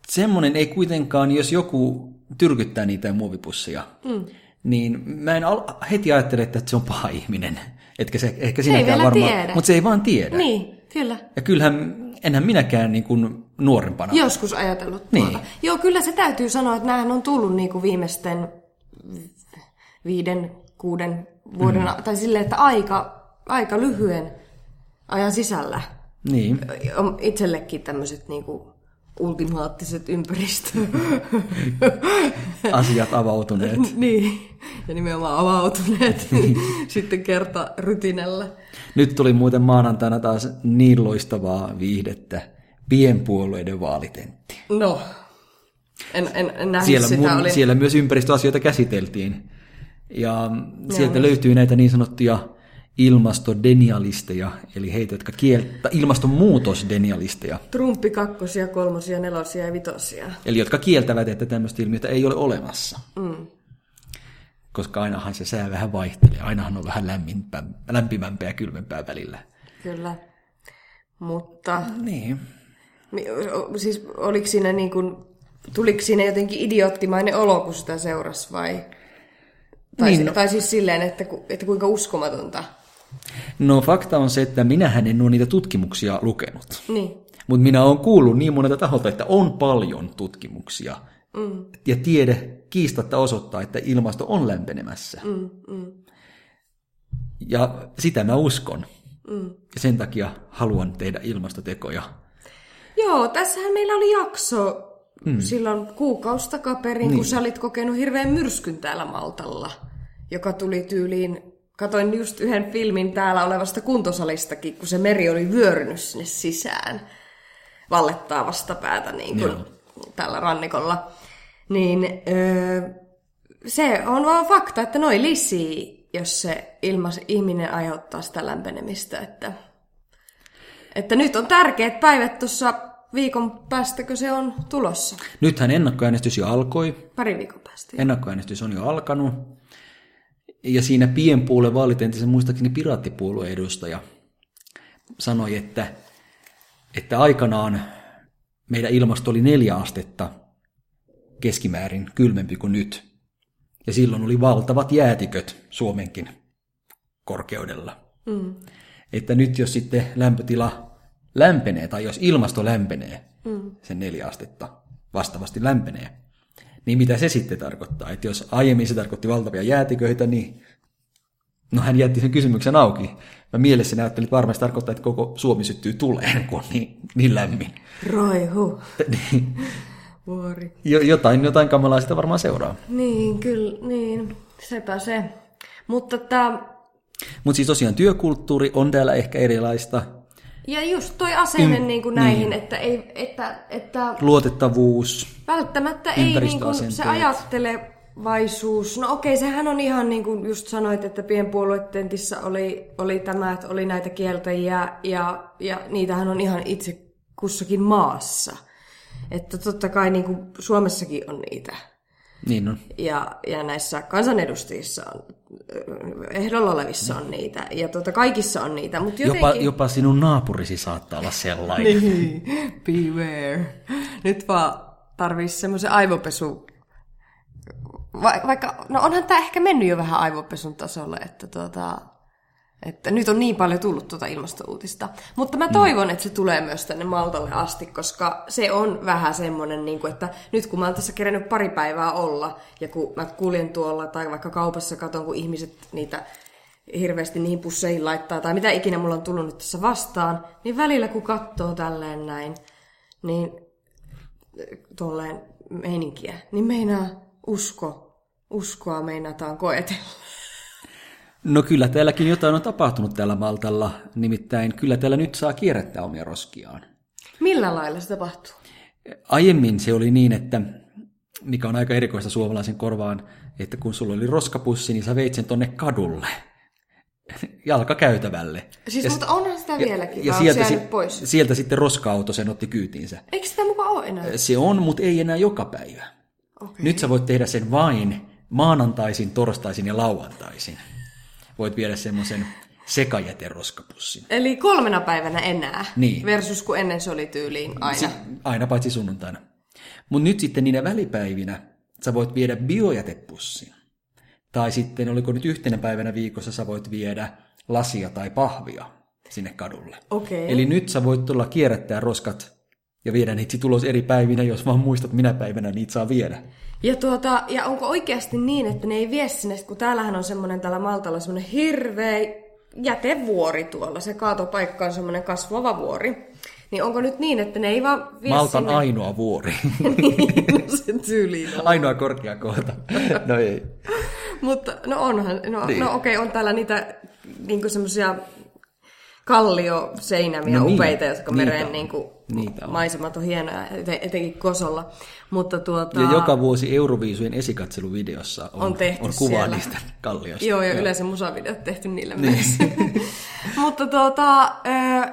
Speaker 1: semmoinen ei kuitenkaan, jos joku tyrkyttää niitä muovipussia, mm. niin mä en al- heti ajattele, että se on paha ihminen. Etkä se, ehkä sinäkään
Speaker 2: vielä
Speaker 1: varmaan,
Speaker 2: tiedä.
Speaker 1: mutta se ei vaan tiedä.
Speaker 2: Niin, kyllä.
Speaker 1: Ja kyllähän, enhän minäkään niin kuin nuorempana.
Speaker 2: Joskus ajatellut tuota.
Speaker 1: Niin.
Speaker 2: Joo, kyllä se täytyy sanoa, että näähän on tullut niinku viimeisten vi- viiden, kuuden vuoden, mm. tai silleen, että aika, aika lyhyen ajan sisällä
Speaker 1: Niin.
Speaker 2: on itsellekin tämmöiset niinku ultimaattiset ympäristö.
Speaker 1: Asiat avautuneet.
Speaker 2: niin, ja nimenomaan avautuneet niin sitten kerta rytinällä.
Speaker 1: Nyt tuli muuten maanantaina taas niin loistavaa viihdettä. Pienpuolueiden vaalitentti.
Speaker 2: No, en, en, en nähnyt
Speaker 1: Siellä,
Speaker 2: sitä.
Speaker 1: mun,
Speaker 2: olin...
Speaker 1: siellä myös ympäristöasioita käsiteltiin. Ja sieltä löytyy näitä niin sanottuja ilmastodenialisteja, eli heitä, jotka kieltää, ilmastonmuutosdenialisteja,
Speaker 2: Trumpi kakkosia, kolmosia, nelosia ja vitosia.
Speaker 1: eli jotka kieltävät, että tämmöistä ilmiötä ei ole olemassa. Mm. Koska ainahan se sää vähän vaihtelee, ainahan on vähän lämminpää, lämpimämpää ja kylmempää välillä.
Speaker 2: Kyllä. Mutta
Speaker 1: Niin.
Speaker 2: mi- o- o- siis oliko siinä niin kuin, tuliko siinä jotenkin idioottimainen olo, kun sitä seurasi vai? Tai,
Speaker 1: Niin,
Speaker 2: niin,
Speaker 1: no.
Speaker 2: tai siis silleen, että, ku- että kuinka uskomatonta.
Speaker 1: No fakta on se, että minähän en ole niitä tutkimuksia lukenut.
Speaker 2: Niin.
Speaker 1: Mutta minä olen kuullut niin monelta taholta, että on paljon tutkimuksia. Mm. Ja tiede kiistatta osoittaa, että ilmasto on lämpenemässä. Mm, mm. Ja sitä mä uskon. Mm. Ja sen takia haluan tehdä ilmastotekoja.
Speaker 2: Joo, tässähän meillä oli jakso mm. silloin kuukausi takaperin, niin. kun sä olit kokenut hirveän myrskyn täällä Maltalla. joka tuli tyyliin... Katoin just yhden filmin täällä olevasta kuntosalistakin, kun se meri oli vyörynyt sinne sisään. Vallettaa vastapäätä niin kuin
Speaker 1: Joo.
Speaker 2: tällä rannikolla. Niin öö, se on vaan fakta, että noi lisii, jos se ilmas, ihminen aiheuttaa sitä lämpenemistä. Että, että nyt on tärkeät päivät tuossa viikon päästäkö se on tulossa.
Speaker 1: Nythän ennakkoäänestys jo alkoi.
Speaker 2: Pari viikon päästä.
Speaker 1: Ennakkoäänestys on jo alkanut. Ja siinä pienpuolueen vaalitentissä muistaakseni piraattipuolueen edustaja sanoi, että, että aikanaan meidän ilmasto oli neljä astetta keskimäärin kylmempi kuin nyt. Ja silloin oli valtavat jäätiköt Suomenkin korkeudella.
Speaker 2: Mm.
Speaker 1: Että nyt jos sitten lämpötila lämpenee tai jos ilmasto lämpenee, mm. sen neljä astetta vastaavasti lämpenee, niin mitä se sitten tarkoittaa? Että jos aiemmin se tarkoitti valtavia jäätiköitä, niin no hän jätti sen kysymyksen auki. Mä mielessä näyttelin, että varmasti tarkoittaa, että koko Suomi syttyy tuleen, kun on niin, niin lämmin.
Speaker 2: Roihu. Vuori.
Speaker 1: Jo- Jotain, jotain kamalaa sitä varmaan seuraa.
Speaker 2: Niin, kyllä, niin. Sepä se. Mutta tää,
Speaker 1: Mutta siis tosiaan työkulttuuri on täällä ehkä erilaista.
Speaker 2: ja just toi asenne mm, niin kuin näihin, niin. että, ei, että, että
Speaker 1: Luotettavuus,
Speaker 2: välttämättä ei niin kuin se
Speaker 1: Ympäristöasenteet.
Speaker 2: ajattelevaisuus. No okei, sehän on ihan niin kuin just sanoit, että pienpuoluetentissä oli, oli tämä, että oli näitä kieltäjiä ja, ja niitähän on ihan itse kussakin maassa. Että totta kai niin kuin Suomessakin on niitä.
Speaker 1: niin on.
Speaker 2: Ja, ja näissä kansanedustajissa on, ehdolla olevissa on niitä, ja tuota, kaikissa on niitä, mutta
Speaker 1: Jopa,
Speaker 2: jotenkin...
Speaker 1: jopa sinun naapurisi saattaa olla sellainen.
Speaker 2: Niin, beware. Nyt vaan tarvii semmoisen aivopesu... Va- vaikka, no onhan tämä ehkä mennyt jo vähän aivopesun tasolle, että tuota... Että nyt on niin paljon tullut tuota ilmastouutista. Mutta mä toivon, että se tulee myös tänne Maltalle asti, koska se on vähän semmoinen, niin kuin, että nyt kun mä oon tässä kerännyt pari päivää olla, ja kun mä kuljen tuolla tai vaikka kaupassa katon, kun ihmiset niitä hirveästi niihin pusseihin laittaa, tai mitä ikinä mulla on tullut nyt tässä vastaan, niin välillä kun katsoo tälleen näin, niin tolleen meininkiä, niin meinaa usko, uskoa meinataan koetella.
Speaker 1: No kyllä täälläkin jotain on tapahtunut täällä Maltalla, nimittäin kyllä täällä nyt saa kierrättää omia roskiaan.
Speaker 2: Millä lailla se tapahtuu?
Speaker 1: Aiemmin se oli niin, että mikä on aika erikoista suomalaisen korvaan, että kun sulla oli roskapussi, niin sä veit sen tonne kadulle, jalkakäytävälle.
Speaker 2: Siis, ja, mutta onhan sitä vieläkin, ja,
Speaker 1: ja
Speaker 2: vaan sieltä, se
Speaker 1: si-
Speaker 2: jäänyt pois.
Speaker 1: sieltä sitten roska-auto sen otti kyytiinsä.
Speaker 2: Eikö sitä mukaan ole enää?
Speaker 1: Se on, mutta ei enää joka päivä.
Speaker 2: Okei.
Speaker 1: Nyt sä voit tehdä sen vain maanantaisin, torstaisin ja lauantaisin. Voit viedä semmoisen sekajäteroskapussin.
Speaker 2: Eli kolmena päivänä enää,
Speaker 1: Niin.
Speaker 2: versus kun ennen se oli tyyliin aina.
Speaker 1: Aina paitsi sunnuntaina. Mutta nyt sitten niinä välipäivinä sä voit viedä biojätepussin. Tai sitten oliko nyt yhtenä päivänä viikossa sä voit viedä lasia tai pahvia sinne kadulle.
Speaker 2: Okei.
Speaker 1: Eli nyt sä voit tulla kierrättää roskat ja viedä niitä sit ulos eri päivinä, jos vaan muistat minä päivänä niitä saa viedä.
Speaker 2: Ja, tuota, ja onko oikeasti niin, että ne ei vie sinne, kun täällähän on semmoinen, täällä Maltalla on semmoinen hirveä jätevuori tuolla, se kaatopaikka on semmoinen kasvava vuori. Niin onko nyt niin, että ne ei vaan vie
Speaker 1: Maltan
Speaker 2: sinne?
Speaker 1: ainoa vuori.
Speaker 2: Niin, se tyyliin on.
Speaker 1: ainoa korkeakohta. No ei.
Speaker 2: Mutta no onhan, no, niin.
Speaker 1: Niin.
Speaker 2: no okei, on täällä niitä niinku semmoisia kallioseinämiä,
Speaker 1: No
Speaker 2: no
Speaker 1: niin,
Speaker 2: upeita, jotka
Speaker 1: niitä
Speaker 2: mereen
Speaker 1: on.
Speaker 2: niinku,
Speaker 1: Niitä on.
Speaker 2: maisemat on hienoja, ete- etenkin Kosolla. Mutta tuota,
Speaker 1: Ja joka vuosi Euroviisujen esikatseluvideossa on,
Speaker 2: On tehty
Speaker 1: on kuvaa
Speaker 2: siellä.
Speaker 1: niistä kalliosta.
Speaker 2: Joo, ja yleensä musavideot tehty niille
Speaker 1: Niin.
Speaker 2: myös. Mutta tuota, ö,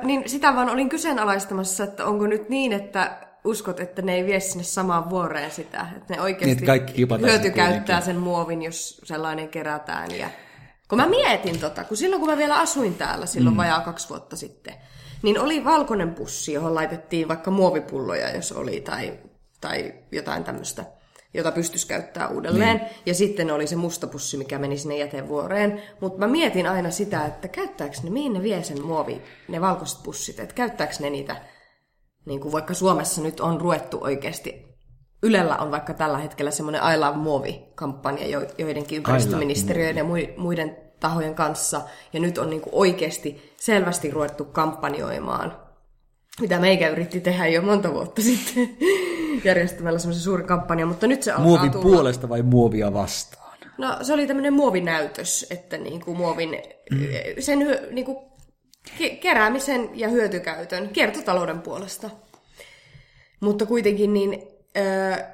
Speaker 2: niin sitä vaan olin kyseenalaistamassa, että onko nyt niin, että uskot, että ne ei vie sinne samaan vuoreen sitä, että ne
Speaker 1: Niin,
Speaker 2: oikeasti
Speaker 1: että kaikki kipataan sen
Speaker 2: hyötykäyttää
Speaker 1: kuitenkin.
Speaker 2: sen muovin, jos sellainen kerätään. Ja... Kun mä mietin tota, kun silloin kun mä vielä asuin täällä silloin mm. vajaa kaksi vuotta sitten, niin oli valkoinen pussi, johon laitettiin vaikka muovipulloja, jos oli, tai, tai jotain tämmöistä, jota pystyisi käyttää uudelleen. Niin. Ja sitten oli se musta pussi, mikä meni sinne jätevuoreen. Mutta mä mietin aina sitä, että käyttääkö ne, mihin ne vie sen muovi, ne valkoiset pussit, että käyttääkö ne niitä niin kuin vaikka Suomessa nyt on ruvettu oikeasti, Ylellä on vaikka tällä hetkellä semmoinen I Love Muovi-kampanja jo- joidenkin ympäristöministeriöiden ja mui- muiden tahojen kanssa, ja nyt on niin kuin oikeasti selvästi ruvettu kampanjoimaan, mitä meikä yritti tehdä jo monta vuotta sitten järjestämällä semmoisen suuren kampanjan, mutta nyt se alkaa
Speaker 1: Muovin
Speaker 2: tulla.
Speaker 1: puolesta vai muovia vastaan?
Speaker 2: No se oli tämmöinen muovinäytös, että niinku muovin, sen hyö- niinku, ke- keräämisen ja hyötykäytön kiertotalouden puolesta. Mutta kuitenkin niin,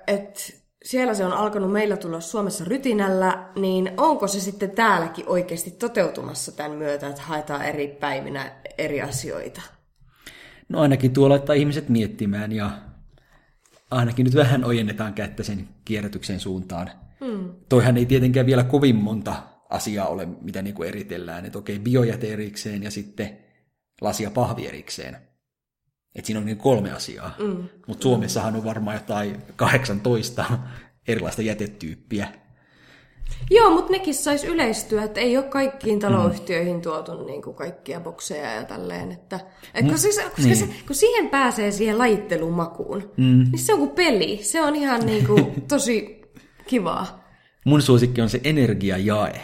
Speaker 2: että siellä se on alkanut meillä tulla Suomessa rytinällä, niin onko se sitten täälläkin oikeasti toteutumassa tämän myötä, että haetaan eri päivinä eri asioita?
Speaker 1: No ainakin tuo laittaa ihmiset miettimään ja ainakin nyt vähän ojennetaan kättä sen kierrätyksen suuntaan. Hmm. Toihan ei tietenkään vielä kovin monta asiaa ole, mitä niin kuin eritellään. Että okei, biojäte erikseen ja sitten lasi ja pahvi erikseen. Et siinä on niin kolme asiaa. Mm. Mutta Suomessahan on varmaan jotain 18 erilaista jätetyyppiä.
Speaker 2: Joo, mutta nekin saisi yleistyä, että ei ole
Speaker 1: Mm.
Speaker 2: kaikkiin taloyhtiöihin tuotu niin kuin kaikkia bokseja ja tälleen. Että, et
Speaker 1: Mm.
Speaker 2: kun, siis, koska niin. se, kun siihen pääsee siihen laittelumakuun, mm. niin se on kuin peli. Se on ihan niin kuin, tosi kivaa.
Speaker 1: Mun suosikki on se energiajae,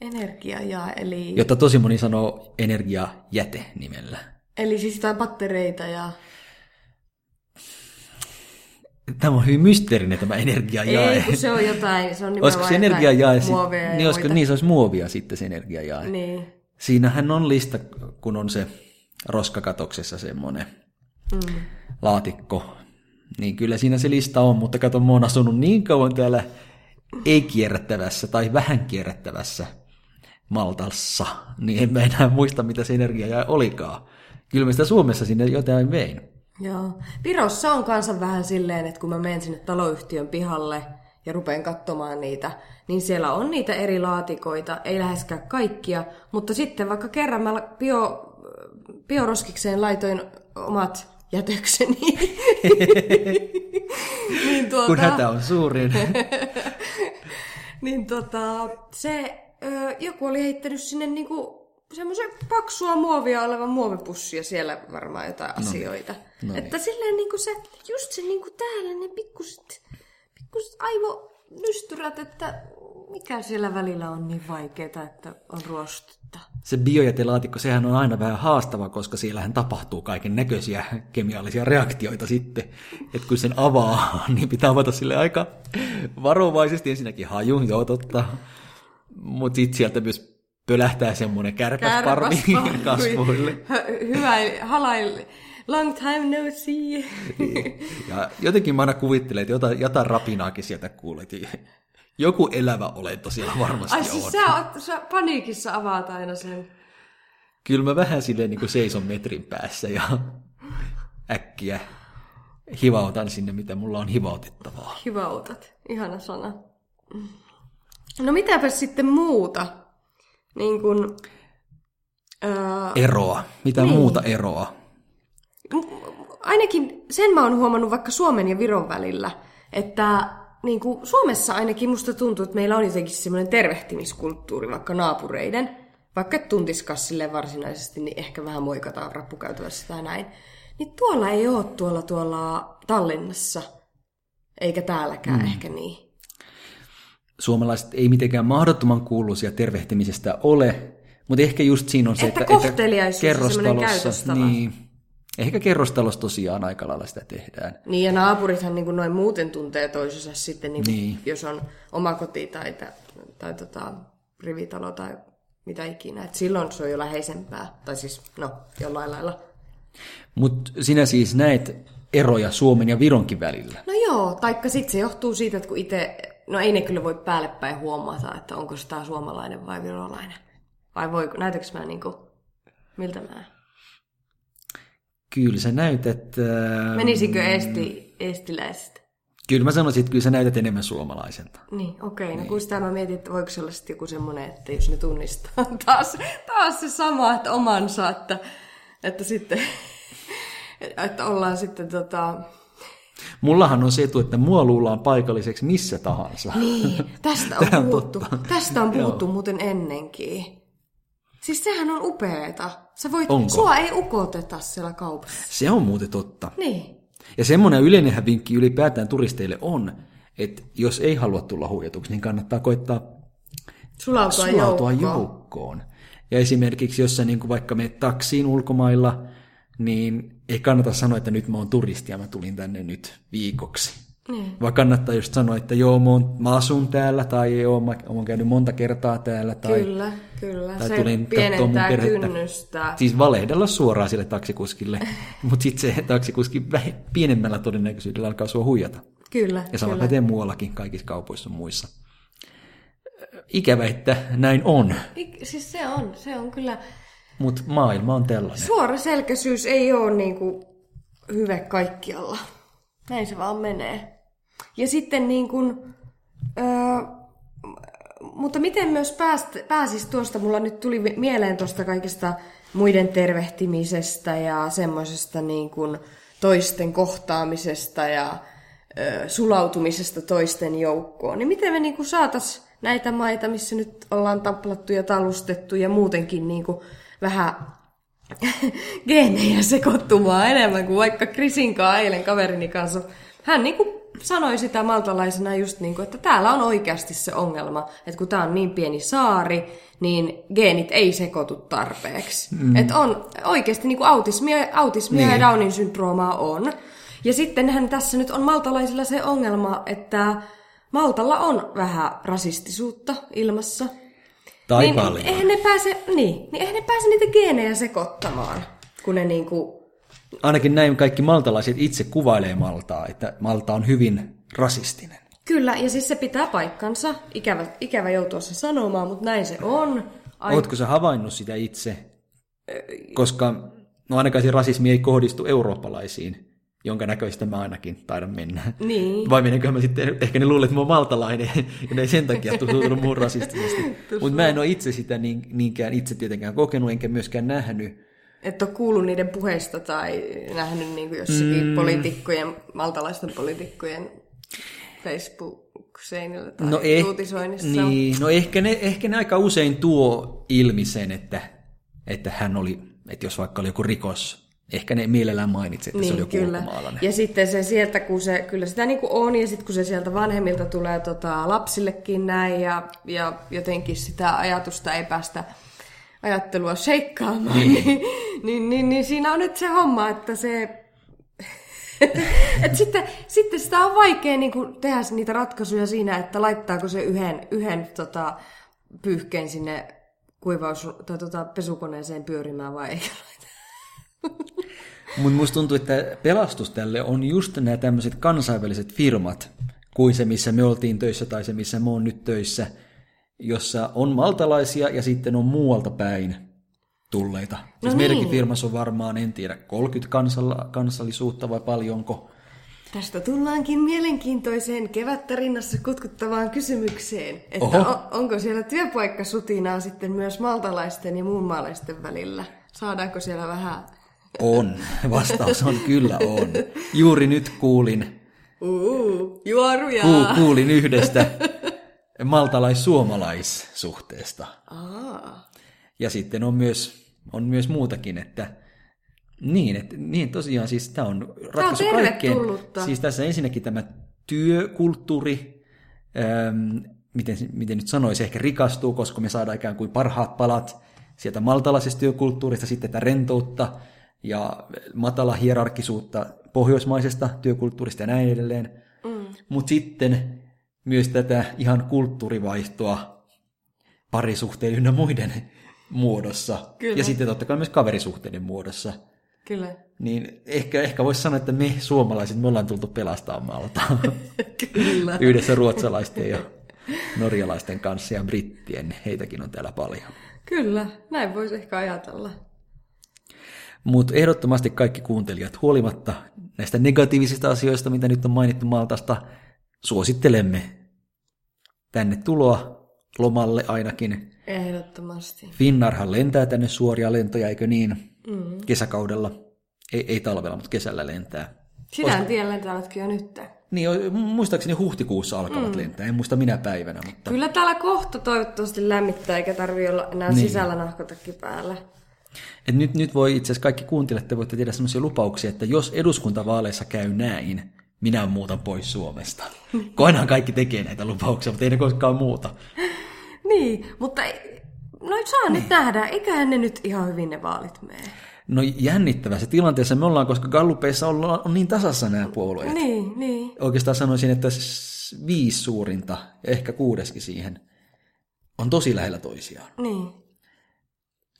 Speaker 2: Energiajae, eli,
Speaker 1: jota tosi moni sanoo energiajäte nimellä.
Speaker 2: eli siis jotain pattereita ja...
Speaker 1: Tämä on hyvin mysteerinen tämä
Speaker 2: Ei,
Speaker 1: energiajae.
Speaker 2: kun se on jotain, se on nimenomaan
Speaker 1: Olisiko se energiajae
Speaker 2: jotain
Speaker 1: sit-
Speaker 2: muoveja ja
Speaker 1: niin, olisiko,
Speaker 2: muita.
Speaker 1: niin, se olisi muovia sitten se energiajae.
Speaker 2: Niin.
Speaker 1: Siinähän on lista, kun on se roskakatoksessa semmoinen mm. laatikko. Niin kyllä siinä se lista on, mutta kato, mä oon asunut niin kauan täällä ei-kierrättävässä tai vähän kierrättävässä Maltassa, niin en mä enää muista, mitä se energia jäi olikaan. Kyllä mä sitä Suomessa sinne jotain vein.
Speaker 2: Joo. Virossa on kanssa vähän silleen, että kun mä menen sinne taloyhtiön pihalle ja rupean katsomaan niitä, niin siellä on niitä eri laatikoita, ei läheskään kaikkia, mutta sitten vaikka kerran mä bio, bioroskikseen laitoin omat jätökseni,
Speaker 1: Kun
Speaker 2: niin, tuota,
Speaker 1: hätä on suurin.
Speaker 2: niin tota, se ö, joku oli heittänyt sinne niinku semmoisen paksua muovia olevan muovipussia siellä varmaan jotain asioita.
Speaker 1: No niin.
Speaker 2: Että silleen niinku se, just se niinku täällä ne pikkuset, pikkuset aivonystyrät, että mikä siellä välillä on niin vaikeeta, että on ruostutta.
Speaker 1: Se biojätelaatikko, sehän on aina vähän haastava, koska siellähän tapahtuu kaiken näköisiä kemiallisia reaktioita sitten. Että kun sen avaa, niin pitää avata sille aika varovaisesti ensinnäkin haju, joo totta. Mutta sitten sieltä myös pölähtää semmoinen kärpäsparvi
Speaker 2: Kärpäsparvi.
Speaker 1: kasvoille.
Speaker 2: Hö- Hyvä, halail. Long time no see.
Speaker 1: Ja jotenkin mä aina kuvittelen, että jotain, jotain rapinaakin sieltä kuulet. Joku elävä olento siellä varmasti
Speaker 2: Ai
Speaker 1: on.
Speaker 2: siis sä, oot- sä paniikissa avaat aina sen.
Speaker 1: Kyllä mä vähän silleen niin kuin seison metrin päässä ja äkkiä hivautan sinne, mitä mulla on hivautettavaa.
Speaker 2: Hivautat. Ihana sana. No mitäpä sitten muuta? Niin kun, ää,
Speaker 1: Eroa. Mitä niin. muuta eroa?
Speaker 2: ainakin sen mä oon huomannut vaikka Suomen ja Viron välillä, että niin kun Suomessa ainakin musta tuntuu, että meillä on jotenkin semmoinen tervehtimiskulttuuri vaikka naapureiden, vaikka et tuntiskas sille varsinaisesti, niin ehkä vähän moikataan rappukäytävässä tai näin. Niin tuolla ei ole tuolla, tuolla Tallinnassa, eikä täälläkään mm. ehkä niin.
Speaker 1: Suomalaiset ei mitenkään mahdottoman kuuluisia tervehtimisestä ole, mutta ehkä just siinä on se,
Speaker 2: Että
Speaker 1: että,
Speaker 2: kohteliaisuus on semmoinen käytöstapa.
Speaker 1: niin, ehkä kerrostalossa tosiaan aika lailla sitä tehdään.
Speaker 2: Niin ja naapurithan niin kuin noin muuten tuntee toisensa sitten, niin niin.
Speaker 1: Niin.
Speaker 2: jos on oma koti tai, tä- tai tota, rivitalo tai mitä ikinä. Et silloin se on jo läheisempää, tai siis no jollain lailla.
Speaker 1: Mutta sinä siis näet eroja Suomen ja Vironkin välillä.
Speaker 2: No joo, taikka sitten se johtuu siitä, että kun itse, no ei ne kyllä voi päälle päin huomata, että onko se tää suomalainen vai virolainen. Vai voiko, näytäks mä niinku, miltä mä?
Speaker 1: Kyllä sä näytät... Äh,
Speaker 2: Menisikö esti, estiläisestä?
Speaker 1: Kyllä mä sanoisin, että kyllä sä näytät enemmän suomalaiselta.
Speaker 2: Niin, okei. Okay. No kun sitä mä mietin, että voiko se olla sitten joku semmoinen, että jos ne tunnistaa taas, taas se sama, että omansa, että, että sitten että ollaan sitten tota...
Speaker 1: Mullahan on se etu, että mua luullaan paikalliseksi missä tahansa.
Speaker 2: Niin, tästä on
Speaker 1: Tää on
Speaker 2: puhuttu. Tästä on puhuttu muuten ennenkin. Siis sehän on upeeta. Sä voit,
Speaker 1: Onko?
Speaker 2: sua ei ukoteta siellä kaupassa.
Speaker 1: Se on muuten totta.
Speaker 2: Niin.
Speaker 1: Ja semmoinen yleinenhän vinkki ylipäätään turisteille on, että jos ei halua tulla huijatuksi, niin kannattaa koittaa
Speaker 2: Sulautua,
Speaker 1: sulautua
Speaker 2: joukkoon.
Speaker 1: joukkoon. Ja esimerkiksi, jos sä niin kuin vaikka menet taksiin ulkomailla, niin ei kannata sanoa, että nyt mä oon turisti ja mä tulin tänne nyt viikoksi.
Speaker 2: Niin.
Speaker 1: Vaan kannattaa just sanoa, että joo, mä, oon, mä asun täällä, tai joo, mä oon käynyt monta kertaa täällä, tai
Speaker 2: Kyllä, kyllä.
Speaker 1: tai
Speaker 2: se
Speaker 1: tulin katsomaan mun
Speaker 2: pienentää
Speaker 1: perhettä.
Speaker 2: kynnystä.
Speaker 1: Siis valehdella suoraan sille taksikuskille, mutta sitten se taksikuski vähe- pienemmällä todennäköisyydellä alkaa sua huijata.
Speaker 2: Kyllä,
Speaker 1: Ja sama
Speaker 2: kyllä.
Speaker 1: pätee muuallakin, kaikissa kaupoissa ja muissa. Ikävä, että näin on,
Speaker 2: Ik- Siis se on, se on kyllä.
Speaker 1: mutta maailma on tällainen.
Speaker 2: Suora selkäisyys ei ole niinku hyvä kaikkialla. Näin se vaan menee. Ja sitten niin kuin, öö, mutta miten myös pääst, pääsis tuosta, mulla nyt tuli mi- mieleen tuosta kaikesta muiden tervehtimisestä ja semmoisesta niin kuin toisten kohtaamisesta ja ö, sulautumisesta toisten joukkoon. Niin miten me niin kuin saatais näitä maita, missä nyt ollaan taplattu ja talustettu ja muutenkin niin kuin vähän geenejä sekoittumaan enemmän kuin vaikka Krisinkaan eilen kaverini kanssa. Hän niin kuin sanoi sitä maltalaisena just niin kuin, että täällä on oikeasti se ongelma, että kun tämä on niin pieni saari, niin geenit ei sekoitu tarpeeksi. Mm. Että on oikeasti niin kuin autismia, autismia niin.
Speaker 1: Niin.
Speaker 2: ja Downin syndroomaa on. Ja sittenhän tässä nyt on maltalaisilla se ongelma, että Maltalla on vähän rasistisuutta ilmassa.
Speaker 1: Tai
Speaker 2: niin,
Speaker 1: paljon.
Speaker 2: Eihän ne pääse, niin, niin eihän ne pääse niitä geenejä sekoittamaan, kun ne niinku,
Speaker 1: Ainakin näin kaikki maltalaiset itse kuvailee Maltaa, että Malta on hyvin rasistinen.
Speaker 2: kyllä, ja siis se pitää paikkansa, ikävä, ikävä joutua se sanomaan, mutta näin se on. Ai,
Speaker 1: Ootko sä havainnut sitä itse? Koska no ainakaan se rasismi ei kohdistu eurooppalaisiin, jonka näköistä mä ainakin taidan mennä.
Speaker 2: Niin.
Speaker 1: Vai menenkö mä sitten, ehkä ne luulee, että mä oon maltalainen, ja ne ei sen takia tuntunut muun rasistisesti. Mutta mä en ole itse sitä niin- niinkään itse tietenkään kokenut, enkä myöskään nähnyt.
Speaker 2: et ole kuullut niiden puheista tai nähnyt niinku jossakin mm. poliitikkojen, maltalaisten poliitikkojen Facebook-seinillä tai no
Speaker 1: eh-
Speaker 2: uutisoinnissa.
Speaker 1: niin, no ehkä, ne, ehkä ne aika usein tuo ilmi sen, että, että hän oli, että jos vaikka oli joku rikos, ehkä ne mielellään mainitsi, että se oli joku ulkomaalainen.
Speaker 2: Niin, Ja sitten se sieltä, kun se, kyllä sitä niin kuin on, ja sitten kun se sieltä vanhemmilta tulee tota, lapsillekin näin, ja, ja jotenkin sitä ajatusta ei päästä ajattelua sheikkaamaan, niin, niin, niin, niin, niin siinä on nyt se homma, että se... Et sitten, sitten sitä on vaikea niin kuin, tehdä niitä ratkaisuja siinä, että laittaako se yhden, yhden tota, pyyhkeen sinne kuivaus, tai tota, pesukoneeseen pyörimään vai ei.
Speaker 1: Mutta musta tuntuu, että pelastus tälle on just nämä tämmöiset kansainväliset firmat, kuin se, missä me oltiin töissä tai se, missä mä oon nyt töissä, jossa on maltalaisia ja sitten on muualta päin tulleita. Siis no
Speaker 2: niin.
Speaker 1: meidänkin firmassa on varmaan, en tiedä, 30 kansalla, kansallisuutta vai paljonko.
Speaker 2: Tästä tullaankin mielenkiintoiseen kevättä rinnassa kutkuttavaan kysymykseen, että
Speaker 1: Oho.
Speaker 2: o- onko siellä työpaikkasutinaa sitten myös maltalaisten ja muunmaalaisten välillä? Saadaanko siellä vähän...
Speaker 1: On. Vastaus on kyllä on. Juuri nyt kuulin,
Speaker 2: Uuu, juoruja!
Speaker 1: ku, kuulin yhdestä maltalais-suomalaissuhteesta.
Speaker 2: Aa,
Speaker 1: Ja sitten on myös, on myös muutakin, että niin, että, niin tosiaan siis tämä on ratkaisu kaikkeen.
Speaker 2: tervetullutta.
Speaker 1: Siis tässä ensinnäkin tämä työkulttuuri, äm, miten, miten nyt sanoisi, ehkä rikastuu, koska me saadaan ikään kuin parhaat palat sieltä maltalaisesta työkulttuurista, sitten tätä rentoutta ja matala hierarkisuutta pohjoismaisesta työkulttuurista ja näin edelleen. Mm. Mutta sitten myös tätä ihan kulttuurivaihtoa parisuhteiden ynnä muiden muodossa.
Speaker 2: Kyllä.
Speaker 1: Ja sitten totta kai myös kaverisuhteiden muodossa.
Speaker 2: kyllä.
Speaker 1: Niin ehkä, ehkä voisi sanoa, että me suomalaiset, me ollaan tultu pelastamaan Maltaa
Speaker 2: kyllä.
Speaker 1: yhdessä ruotsalaisten ja norjalaisten kanssa ja brittien. Heitäkin on täällä paljon.
Speaker 2: Kyllä, näin voisi ehkä ajatella.
Speaker 1: Mutta ehdottomasti kaikki kuuntelijat, huolimatta näistä negatiivisista asioista, mitä nyt on mainittu Maltasta, suosittelemme tänne tuloa lomalle ainakin.
Speaker 2: Ehdottomasti.
Speaker 1: Finnarhan lentää tänne suoria lentoja, eikö niin? Mm. Kesäkaudella. Ei, ei talvella, mutta kesällä lentää.
Speaker 2: Sitä en tiedä, lentävätkö jo nyt.
Speaker 1: Niin, o- muistaakseni huhtikuussa alkavat mm. lentää, en muista minä päivänä, mutta
Speaker 2: Kyllä täällä kohta toivottavasti lämmittää, eikä tarvi olla enää niin. sisällä nahkotakki päällä.
Speaker 1: Et nyt, nyt voi itse asiassa kaikki kuuntelijat, te voitte tehdä sellaisia lupauksia, että jos eduskuntavaaleissa käy näin, minä muutan pois Suomesta. Koinaan kaikki tekee näitä lupauksia, mutta ei ne koskaan muuta.
Speaker 2: Niin, mutta ei- no ei saa
Speaker 1: Niin.
Speaker 2: nyt nähdä, eiköhän ne nyt ihan hyvin ne vaalit mene.
Speaker 1: No jännittävä se tilanteessa me ollaan, koska Gallupeissa on, on niin tasassa nämä puolueet.
Speaker 2: Niin, niin.
Speaker 1: oikeastaan sanoisin, että s- viisi suurinta, ja ehkä kuudeskin siihen, on tosi lähellä toisiaan.
Speaker 2: Niin.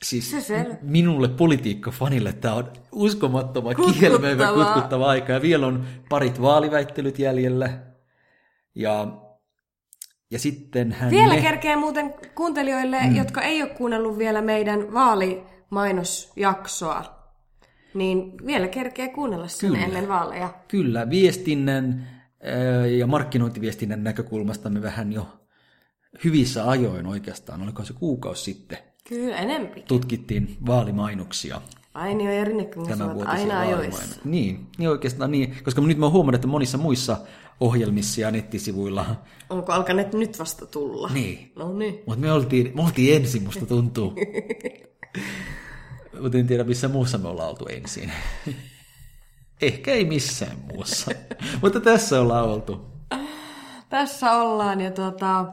Speaker 1: Siis
Speaker 2: Se selvä.
Speaker 1: minulle politiikkafanille tämä on uskomattoma kielmöivä
Speaker 2: Kutkuttavaa.
Speaker 1: kutkuttava aika. Ja vielä on parit vaaliväittelyt jäljellä. Ja, ja sitten hän...
Speaker 2: Vielä
Speaker 1: me-
Speaker 2: kerkeä muuten kuuntelijoille, mm. jotka ei ole kuunnellut vielä meidän vaalimainosjaksoa, niin vielä kerkeä kuunnella sen
Speaker 1: Kyllä.
Speaker 2: ennen vaaleja.
Speaker 1: Kyllä, viestinnän ää, ja markkinointiviestinnän näkökulmasta me vähän jo hyvissä ajoin oikeastaan, oliko se kuukausi sitten,
Speaker 2: Kyllä, enempi. ai
Speaker 1: tutkitiin vaalimainoksia.
Speaker 2: Aini ja Rinnekin kanssa ovat
Speaker 1: tämänvuotisia
Speaker 2: aina ajoissa.
Speaker 1: vaalimainoksia. Niin, niin oikeastaan niin, koska nyt mä oon huomannut, että monissa muissa ohjelmissa ja nettisivuilla,
Speaker 2: Onko alkaneet nyt vasta tulla?
Speaker 1: niin,
Speaker 2: No niin.
Speaker 1: mutta me oltiin, me oltiin ensin, musta tuntuu. Mutta en tiedä, missä muussa me ollaan oltu ensin. Ehkä ei missään muussa. Mutta tässä ollaan oltu.
Speaker 2: Tässä ollaan ja tuota,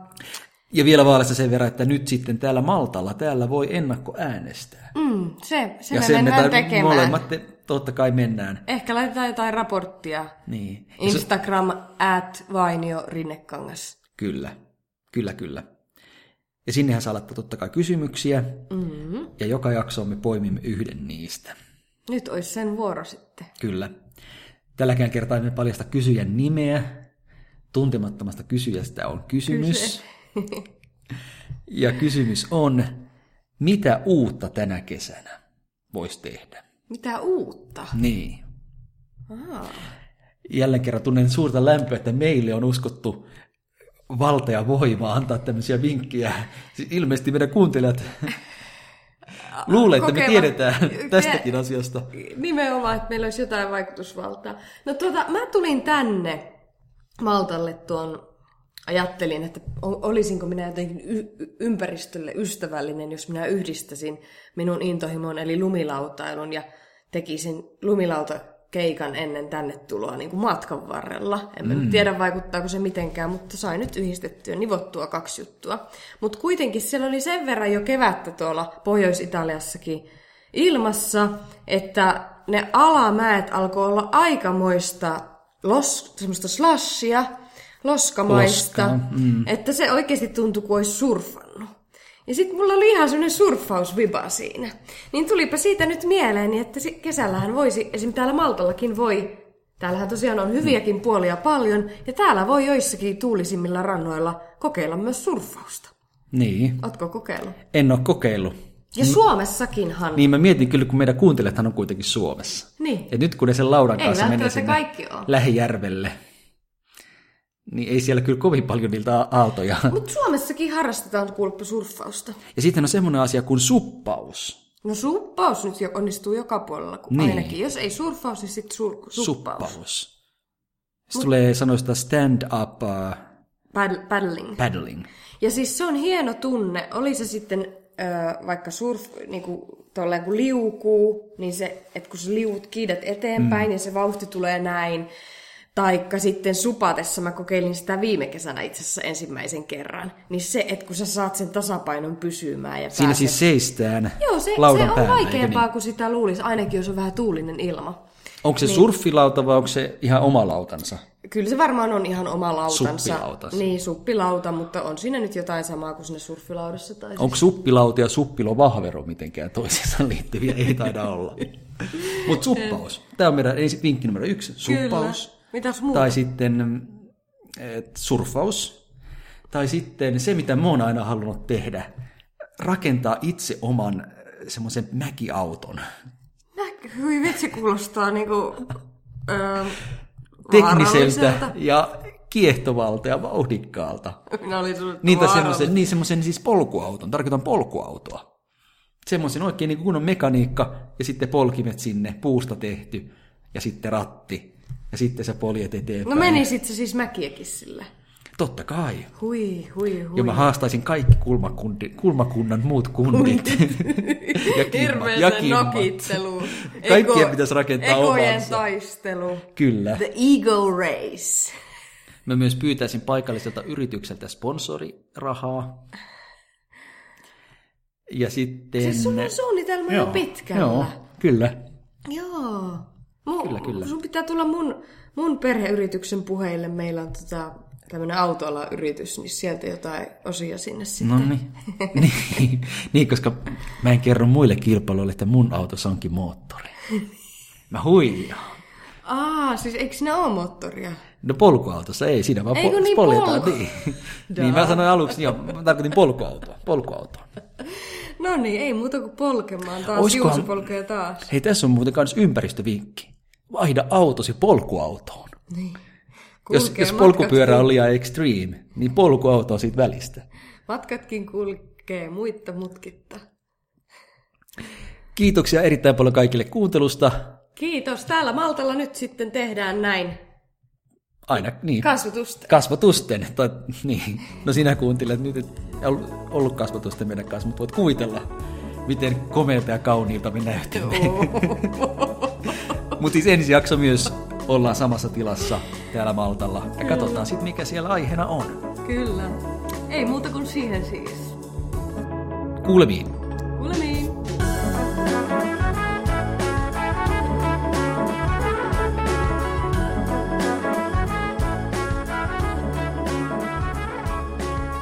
Speaker 1: Ja vielä vaaleissa sen verran, että nyt sitten täällä Maltalla, täällä voi ennakko äänestää.
Speaker 2: mm, se, se
Speaker 1: ja
Speaker 2: me
Speaker 1: sen
Speaker 2: mennään
Speaker 1: tar-
Speaker 2: tekemään.
Speaker 1: molemmat, te- totta kai mennään.
Speaker 2: Ehkä laitetaan jotain raporttia.
Speaker 1: Niin. Ja se-
Speaker 2: Instagram at Vainio Rinnekangas.
Speaker 1: Kyllä, kyllä, kyllä. Ja sinnehän saa laittaa totta kai kysymyksiä,
Speaker 2: Mm.
Speaker 1: ja joka jaksoon me poimimme yhden niistä.
Speaker 2: Nyt olisi sen vuoro sitten.
Speaker 1: Kyllä. Tälläkään kertaa emme paljasta kysyjän nimeä. Tuntemattomasta kysyjästä on kysymys.
Speaker 2: Kyse.
Speaker 1: ja kysymys on, mitä uutta tänä kesänä voisi tehdä?
Speaker 2: Mitä uutta?
Speaker 1: Niin.
Speaker 2: Aa,
Speaker 1: Jälleen kerran tunnen suurta lämpöä, että meille on uskottu valta ja voima antaa tämmöisiä vinkkejä. Siis ilmeisesti meidän kuuntelijat luulee, että me
Speaker 2: Kokevat.
Speaker 1: tiedetään tästäkin asiasta.
Speaker 2: nimenomaan, että meillä olisi jotain vaikutusvaltaa. No tuota, mä tulin tänne Maltalle tuon, ajattelin, että o- olisinko minä jotenkin y- y- ympäristölle ystävällinen, jos minä yhdistäisin minun intohimon eli lumilautailun ja tekisin lumilautakeikan ennen tänne tuloa niin kuin matkan varrella. En mä nyt tiedä vaikuttaako se mitenkään, mutta sain nyt yhdistettyä, nivottua kaksi juttua. Mutta kuitenkin siellä oli sen verran jo kevättä tuolla Pohjois-Italiassakin ilmassa, että ne alamäet alkoi olla aikamoista los, semmoista slashia, loskamaista,
Speaker 1: Loskaa,
Speaker 2: mm. että se oikeasti tuntui kuin olisi surfannut. Ja sitten mulla oli ihan semmoinen surffausviba siinä. Niin tulipa siitä nyt mieleeni, että si- kesällähän voisi, esim. täällä Maltallakin voi, täällähän tosiaan on
Speaker 1: Mm.
Speaker 2: hyviäkin puolia paljon, ja täällä voi joissakin tuulisimmilla rannoilla kokeilla myös surffausta.
Speaker 1: Niin,
Speaker 2: Ootko kokeillut?
Speaker 1: en ole kokeillut.
Speaker 2: Ja Suomessakinhan.
Speaker 1: Mm. Niin mä mietin kyllä, kun meidän kuuntelijathan on kuitenkin Suomessa.
Speaker 2: niin.
Speaker 1: Ja nyt kun ne sen Lauran
Speaker 2: Ei
Speaker 1: kanssa menee
Speaker 2: välttämättä
Speaker 1: sinne
Speaker 2: kaikki oo.
Speaker 1: Lähijärvelle, niin ei siellä kyllä kovin paljon niiltä a- aaltoja.
Speaker 2: Mutta Suomessakin harrastetaan kulppusurffausta.
Speaker 1: Ja sitten on semmoinen asia kuin suppaus.
Speaker 2: No suppaus nyt jo onnistuu joka puolella, kun
Speaker 1: Niin.
Speaker 2: niin. ainakin. Jos ei surffaus, niin sitten sur, suppaus. suppaus.
Speaker 1: suppaus. Se tulee sanoista stand-up uh,
Speaker 2: Pad- paddling.
Speaker 1: paddling.
Speaker 2: Ja siis se on hieno tunne. Oli se sitten ö, vaikka surf, niin kuin, tolleen kun liukuu, niin se, että kun sä liuut kiidät eteenpäin mm. ja se vauhti tulee näin. Taikka sitten supatessa, mä kokeilin sitä viime kesänä itse asiassa ensimmäisen kerran. Niin se, että kun sä saat sen tasapainon pysymään ja
Speaker 1: Siinä
Speaker 2: pääset
Speaker 1: siis seistään
Speaker 2: Joo, se, se
Speaker 1: laudan
Speaker 2: on
Speaker 1: päällä, eikö
Speaker 2: vaikeampaa
Speaker 1: Niin?
Speaker 2: kuin sitä luulisi, ainakin jos on vähän tuulinen ilma.
Speaker 1: Onko se niin. surffilauta vai onko se ihan oma lautansa?
Speaker 2: Kyllä se varmaan on ihan oma lautansa.
Speaker 1: Suppilauta.
Speaker 2: Niin, suppilauta, mutta on siinä nyt jotain samaa kuin siinä surfilaudassa. Tai
Speaker 1: Onko suppilauta ja suppilovahvero mitenkään toisiinsa liittyviä? Ei taida olla. Mutta suppaus. Tämä on meidän ensi- vinkki numero yksi. Suppaus.
Speaker 2: Kyllä. Mitäs muuta?
Speaker 1: Tai sitten et, surfaus. Tai sitten se, mitä mä oon aina halunnut tehdä, rakentaa itse oman äh, semmoisen mäkiauton.
Speaker 2: Nä- Hyi vitsi kuulostaa niinku... Öö,
Speaker 1: Tekniseltä ja kiehtovalta ja vauhdikkaalta.
Speaker 2: Minä olin tullut
Speaker 1: Niin, tai semmoisen, niin semmoisen siis polkuauton, tarkoitan polkuautoa. Semmoisen oikein niin kunnon mekaniikka ja sitten polkimet sinne, puusta tehty ja sitten ratti ja sitten sä poljet
Speaker 2: No
Speaker 1: eteenpäin.
Speaker 2: meni sit se siis mäkiäkin sille.
Speaker 1: Totta kai.
Speaker 2: Hui, hui, hui.
Speaker 1: Ja mä haastaisin kaikki kulmakundi, kulmakunnan muut kundit. ja kimmat. Ja
Speaker 2: Hirveeseen
Speaker 1: kimmat.
Speaker 2: nokittelu.
Speaker 1: Kaikkien pitäisi rakentaa
Speaker 2: Ekojen
Speaker 1: omansa.
Speaker 2: taistelu.
Speaker 1: Kyllä.
Speaker 2: The ego race.
Speaker 1: Mä myös pyytäisin paikalliselta yritykseltä sponsorirahaa. Ja sitten...
Speaker 2: Siis sulla on suunnitelma jo pitkällä.
Speaker 1: Joo, kyllä.
Speaker 2: Joo. Mun,
Speaker 3: Kyllä, kyllä.
Speaker 2: Sun pitää tulla mun, mun perheyrityksen puheille. Meillä on tota, tämmöinen autoalayritys, niin sieltä jotain osia sinne sitten.
Speaker 1: No niin. Niin, niin, koska mä en kerro muille kilpailuille, että mun autossa onkin moottori. Mä huijaan.
Speaker 2: Aa, siis eikö sinä ole moottoria?
Speaker 1: No polkuautossa ei, siinä vaan
Speaker 2: Ei kun
Speaker 1: po-
Speaker 2: niin,
Speaker 1: poljetaan.
Speaker 2: polku.
Speaker 1: Niin. niin mä sanoin aluksi, joo, mä tarkoitin polkuautoa. polkuautoa.
Speaker 2: No niin, ei muuta kuin polkemaan taas.
Speaker 1: Oiskohan-
Speaker 2: Oiskohan... polkee taas.
Speaker 1: Hei, tässä on muuten myös ympäristövinkki. Vaihda autosi polkuautoon.
Speaker 2: Niin.
Speaker 1: Jos,
Speaker 2: Kulkee
Speaker 1: jos polkupyörä
Speaker 2: matkatkin-
Speaker 1: on liian extreme, niin polkuauto on siitä välistä.
Speaker 2: Matkatkin kulkee muitta mutkitta.
Speaker 1: Kiitoksia erittäin paljon kaikille kuuntelusta.
Speaker 2: Kiitos. Täällä Maltalla nyt sitten tehdään näin.
Speaker 1: Aina niin.
Speaker 2: Kasvatusta.
Speaker 1: kasvatusten. Tai, niin. No sinä kuuntelet nyt, et ollut- ollut kasvatusten meidän kanssa, mutta voit kuvitella, miten komeilta ja kauniilta me näytämme. mutta siis ensi jakso myös ollaan samassa tilassa täällä Maltalla. Ja katsotaan sitten, mikä siellä aiheena on.
Speaker 2: Kyllä. Ei muuta kuin siihen siis.
Speaker 1: Kuulemiin.